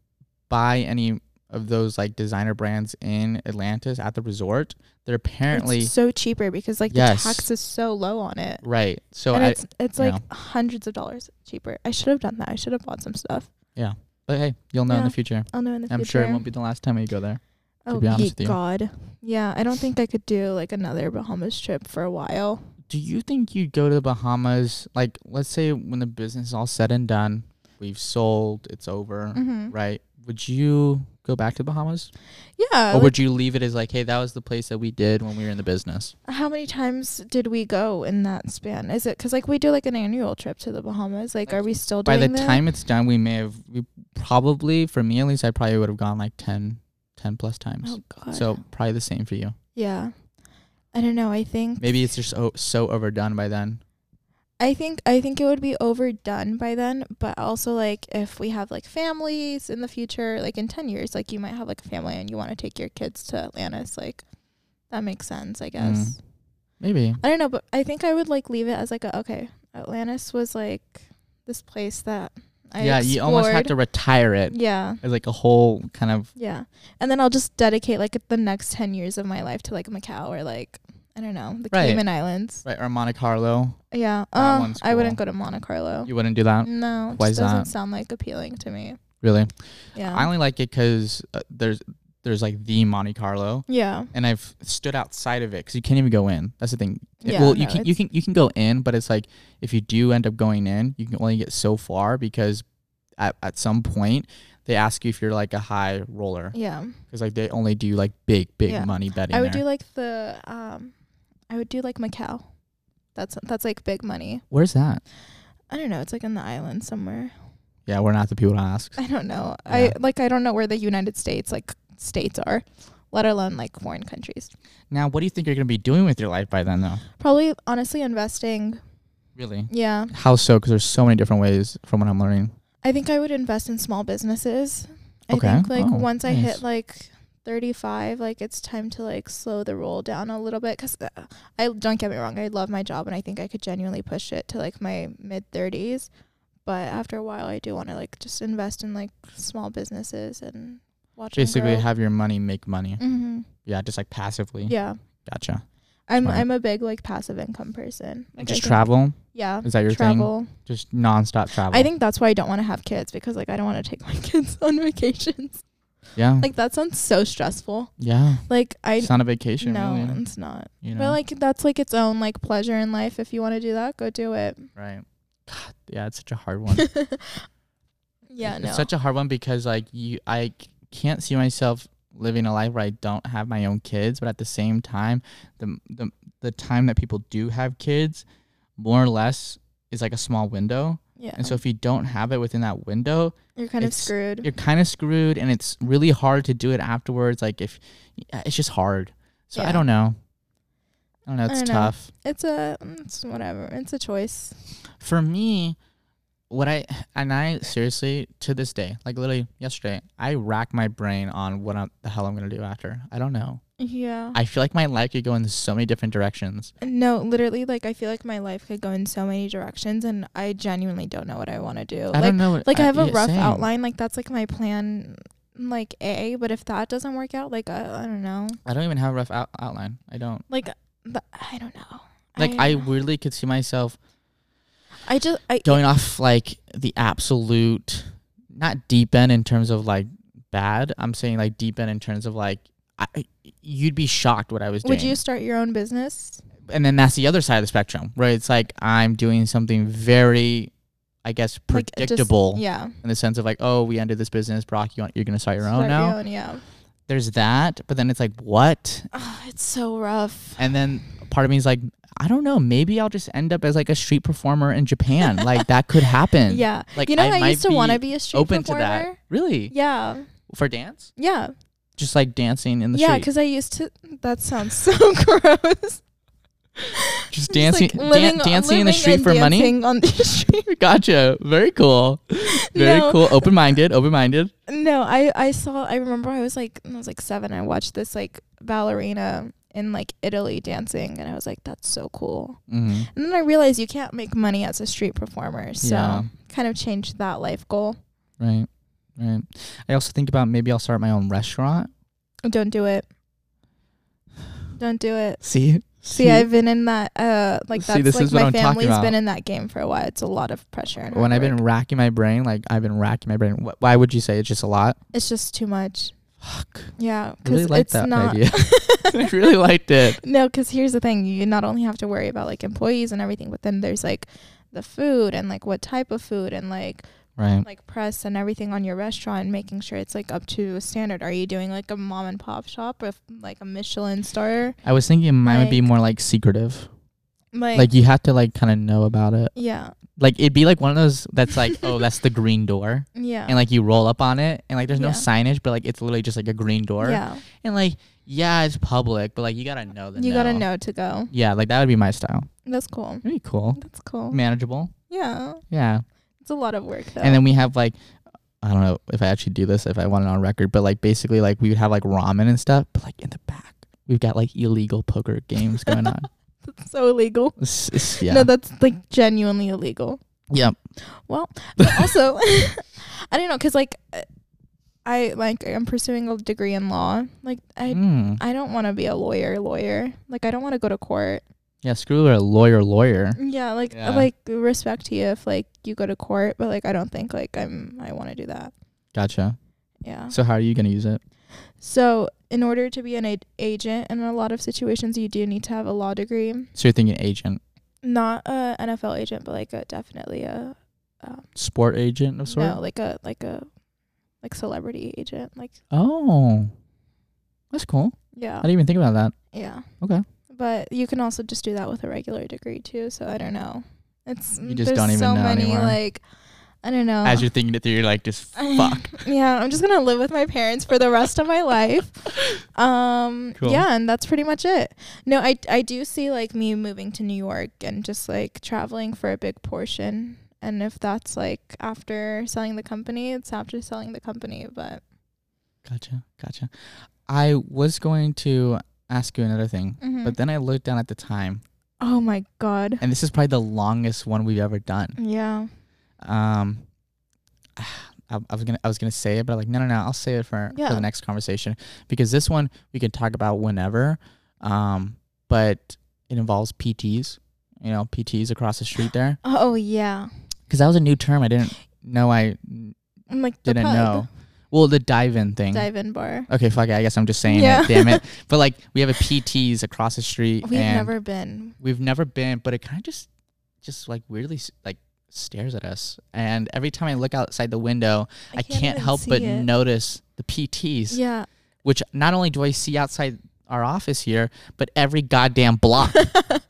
buy any of those like designer brands in Atlantis at the resort, they're apparently
it's so cheaper because like
Yes.
the tax is so low on it
right. So
and
I
it's it's
you
like hundreds of dollars cheaper. I should have done that. I should have bought some stuff.
but hey, you'll know in
Yeah.
the future.
I'll know in the
I'm
future.
sure it won't be the last time you go there.
Oh,
be honest
ye
with you.
God. Yeah, I don't think I could do like another Bahamas trip for a while.
Do you think you'd go to the Bahamas like let's say when the business is all said and done, we've sold, it's over,
Mm-hmm.
right? Would you go back to the Bahamas?
Yeah.
or
like,
would you leave it as like, hey, that was the place that we did when we were in the business?
how many times did we go in that span? Is it because like we do like an annual trip to the Bahamas? Like, are we still
By
doing
the
that?
time it's done, we may have we probably for me at least I probably would have gone like 10, 10 plus times.
Oh God.
So probably the same for you.
yeah, I don't know. I think
Maybe it's just so, so overdone by then.
I think I think it would be overdone by then, but also like if we have like families in the future, like in ten years, like you might have like a family and you want to take your kids to Atlantis, like that makes sense, I
Mm.
guess.
Maybe.
I don't know, but I think I would like leave it as like a okay, Atlantis was like this place that I
yeah, you almost have to
explored.
retire it
Yeah.
as like a whole kind of
Yeah. And then I'll just dedicate like the next ten years of my life to like Macau or like I don't know, the
Right.
Cayman Islands.
right or Monte Carlo.
Yeah.
That
Uh,
one's
I wouldn't
cool.
go to Monte Carlo.
You wouldn't do that,
No, it
Why
just
is
doesn't
Um, that?
sound like appealing to me.
really.
Yeah.
I only like it because uh, there's there's like the Monte Carlo,
yeah.
and I've stood outside of it because you can't even go in. That's the thing. It-
Yeah,
well, you
no,
can you
it's-
can you can go in, but it's like if you do end up going in, you can only get so far because at at some point they ask you if you're like a high roller
Yeah.
because like they only do like big big
Yeah.
money betting.
I would
there.
do like the um I would do like Macau. That's that's like big money.
Where's that?
I don't know, it's like in the island somewhere.
Yeah, we're not the people to ask.
I don't know.
Yeah.
I like I don't know where the United States like states are, let alone like foreign countries.
Now, what do you think you're going to be doing with your life by then, though?
Probably honestly investing.
Really?
Yeah.
How so? Because there's so many different ways from what I'm learning.
I think I would invest in small businesses.
Okay.
I think like
Oh,
once I
nice.
hit like 35, like it's time to like slow the roll down a little bit cuz uh, I don't get me wrong, I love my job and I think I could genuinely push it to like my mid 30s, but after a while I do want to like just invest in like small businesses and watch
Basically,
them grow.
have your money make money.
Mhm.
Yeah, just like passively.
Yeah.
Gotcha.
I'm
Smart.
I'm a big like passive income person. Like, I
just
think-
travel?
Yeah.
Is that your thing?
travel.
Just nonstop travel.
I think that's why I don't want to have kids because like I don't want to take my kids on vacations.
Yeah.
Like that sounds so stressful.
yeah.
Like I
it's not a vacation,
no,
really.
it's not.
You know?
But like that's like its own like pleasure in life. If you want to do that, go do it.
right. God, yeah, it's such a hard one.
yeah,
it's
no.
such a hard one because like you, I c- can't see myself living a life where I don't have my own kids, but at the same time, the the the time that people do have kids, more or less, is like a small window.
yeah.
And so if you don't have it within that window,
you're kind of
it's-
screwed.
you're kind of screwed, and it's really hard to do it afterwards. Like if it's just hard. So I
Yeah.
don't know. I don't know.
I
It's
don't know.
tough.
It's a it's whatever. It's a choice.
for me what i and i seriously to this day like literally yesterday i rack my brain on what I'm, the hell i'm gonna do after i don't know
Yeah.
I feel like my life could go in so many different directions.
no, literally, like I feel like my life could go in so many directions, and I genuinely don't know what I want to do.
I
like,
don't know. what-
like I have a
yeah,
rough
same.
outline. Like that's like my plan, like A. But if that doesn't work out, like uh, I, I don't know.
I don't even have a rough out- outline. I don't.
Like th- I don't know.
Like I, weirdly could see myself
I just I
going off like the absolute, not deep end in terms of like bad. I'm saying like deep end in terms of like I, you'd be shocked what I was doing.
would you start your own business?
and then that's the other side of the spectrum, where it's like I'm doing something very, I guess,
Like, just-
predictable
yeah.
in the sense of like, oh, we ended this business, Brock. You want, you're gonna start your own
Start
now.
yeah.
There's that, but then it's like what?
Oh, it's so rough.
And then part of me is like, I don't know. Maybe I'll just end up as like a street performer in Japan. like that could happen.
Yeah.
Like
you know, I,
might
used to want to be a street
open to
performer.
that. Really
Yeah.
for dance,
Yeah.
just like dancing in the
Yeah,
street,
because I used to. That sounds so gross.
just
It's
dancing,
like
dan-
living-
dancing in the
living
street
and
for money.
dancing On the street.
Gotcha. Very cool. Very
No.
cool. Open minded. Open minded.
No, I I saw. I remember I was like I was like seven. I watched this like ballerina in like Italy dancing, and I was like, that's so cool.
Mm-hmm.
And then I realized you can't make money as a street performer, so
Yeah.
kind of changed that life goal.
Right. Right. I also think about maybe I'll start my own restaurant.
Don't do it. Don't do it.
See.
See, I've been in that uh like
See,
that's
this
like
is what
my
I'm talking
family's
about.
been in that game for a while. It's a lot of pressure. and
when
hard
I've been
work.
racking my brain, like I've been racking my brain. Wh- why would you say it's just a lot?
it's just too much.
Fuck.
Yeah,
I really
because
liked
it's
that
not.
idea. I really liked it.
No, because here's the thing: you not only have to worry about like employees and everything, but then there's like the food and like what type of food and like
Right.
like press and everything on your restaurant and making sure it's like up to a standard. Are you doing like a mom and pop shop or like a Michelin star?
I was thinking mine would be
Like-
more like secretive.
Like,
Like you have to like kind of know about it.
yeah,
Like it'd be like one of those that's like, oh, that's the green door,
yeah,
and like you roll up on it, and like there's no
Yeah.
signage, but like it's literally just like a green door,
yeah.
and like yeah, it's public, but like you gotta know the
You
no.
gotta know to go.
Yeah, like that would be my style.
That's cool.
It'd be cool,
That's cool.
manageable.
Yeah,
Yeah.
it's a lot of work though.
And then we have like I don't know if I actually do this if I want it on record, but like basically like we would have like ramen and stuff, but like in the back we've got like illegal poker games going on.
That's so illegal.
It's- it's- yeah.
No, that's like genuinely illegal.
yeah.
But also, I don't know, cause like, uh, I like I'm pursuing a degree in law. Like I
Mm.
I don't want to be a lawyer lawyer. Like I don't want to go to court.
Yeah. Screw a lawyer, lawyer.
Yeah, like
Yeah.
like respect to you if like you go to court, but like I don't think like I'm I want to do that.
Gotcha.
Yeah.
So how are you gonna use it?
So in order to be an a- agent, in a lot of situations, you do need to have a law degree.
So you're thinking agent,
Not a NFL agent, but like a definitely a um,
sport agent of sort.
no, like a like a like celebrity agent. Like
Oh, that's cool.
yeah.
I didn't even think about that.
Yeah.
Okay.
But you can also just do that with a regular degree too. So I don't know. It's
You just
there's
don't even
so
know
many
anymore.
like I don't know.
As you're thinking it through, you're like just fuck.
yeah, I'm just gonna live with my parents for the rest of my life. Um,
Cool.
yeah, and that's pretty much it. No, I I do see like me moving to New York and just like traveling for a big portion. And if that's like after selling the company, it's after selling the company. But
Gotcha. Gotcha. I was going to ask you another thing,
mhm.
but then I looked down at the time,
oh my god,
and this is probably the longest one we've ever done.
yeah,
um I, I was gonna I was gonna say it, but I'm like no no no I'll say it for, for
Yeah.
the next conversation because this one we can talk about whenever, um but it involves PTs you know PTs across the street there
oh yeah,
because that was a new term I didn't know I
I'm like the
didn't
pub.
know well the dive in thing
dive in bar.
okay fuck it I guess I'm just saying
Yeah.
it damn it but like we have a PTs across the street
We've
and
never been.
we've never been, but it kind of just just like weirdly s- like stares at us. And every time I look outside the window, I, can't,
even
help but
see it.
notice the PTs,
Yeah.
which not only do I see outside our office here, but every goddamn block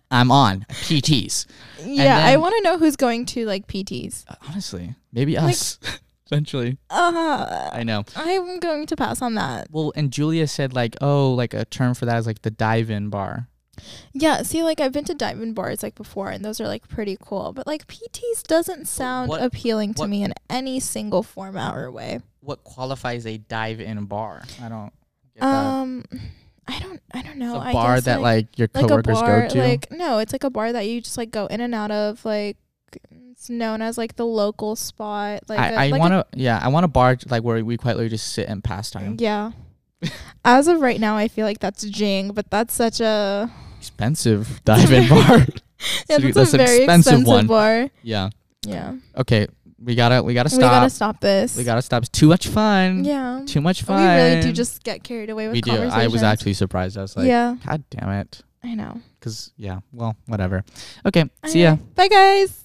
I'm on PTs.
Yeah, I
then-
want to know who's going to like PTs.
Honestly, maybe
Like-
us eventually.
Uh,
I know.
I'm going to pass on that.
Well, and Julia said like, oh, like a term for that is like the dive-in bar.
Yeah, see, like I've been to diving bars like before, and those are like pretty cool. But like PTs doesn't sound
what-
appealing to
what-
me in any single format or way.
What qualifies a dive-in bar? I don't. Get that.
Um, I don't. don't know.
it's
I
a bar
guess,
that like, your
like a
coworkers
bar,
go to.
like no, it's like a bar that you just like go in and out of. Like it's known as like the local spot. Like
I,
a-
I
like a-
want to yeah I want a bar like where we quite literally just sit and pass time.
Yeah. As of right now, I feel like that's Jing, but that's such a
Expensive dive-in bar.
yeah,
Dude,
that's, a very expensive,
one.
bar.
Yeah.
Yeah,
Okay. We gotta we gotta
we gotta
stop.
stop this.
We gotta stop. It's too much fun.
yeah,
Too much
we
fun.
really do just get carried away with
We do. I was
conversations.
actually surprised. I was like,
yeah,
God damn it.
I know.
Cause yeah. Well, whatever. Okay.
I
See ya.
know. Bye, guys.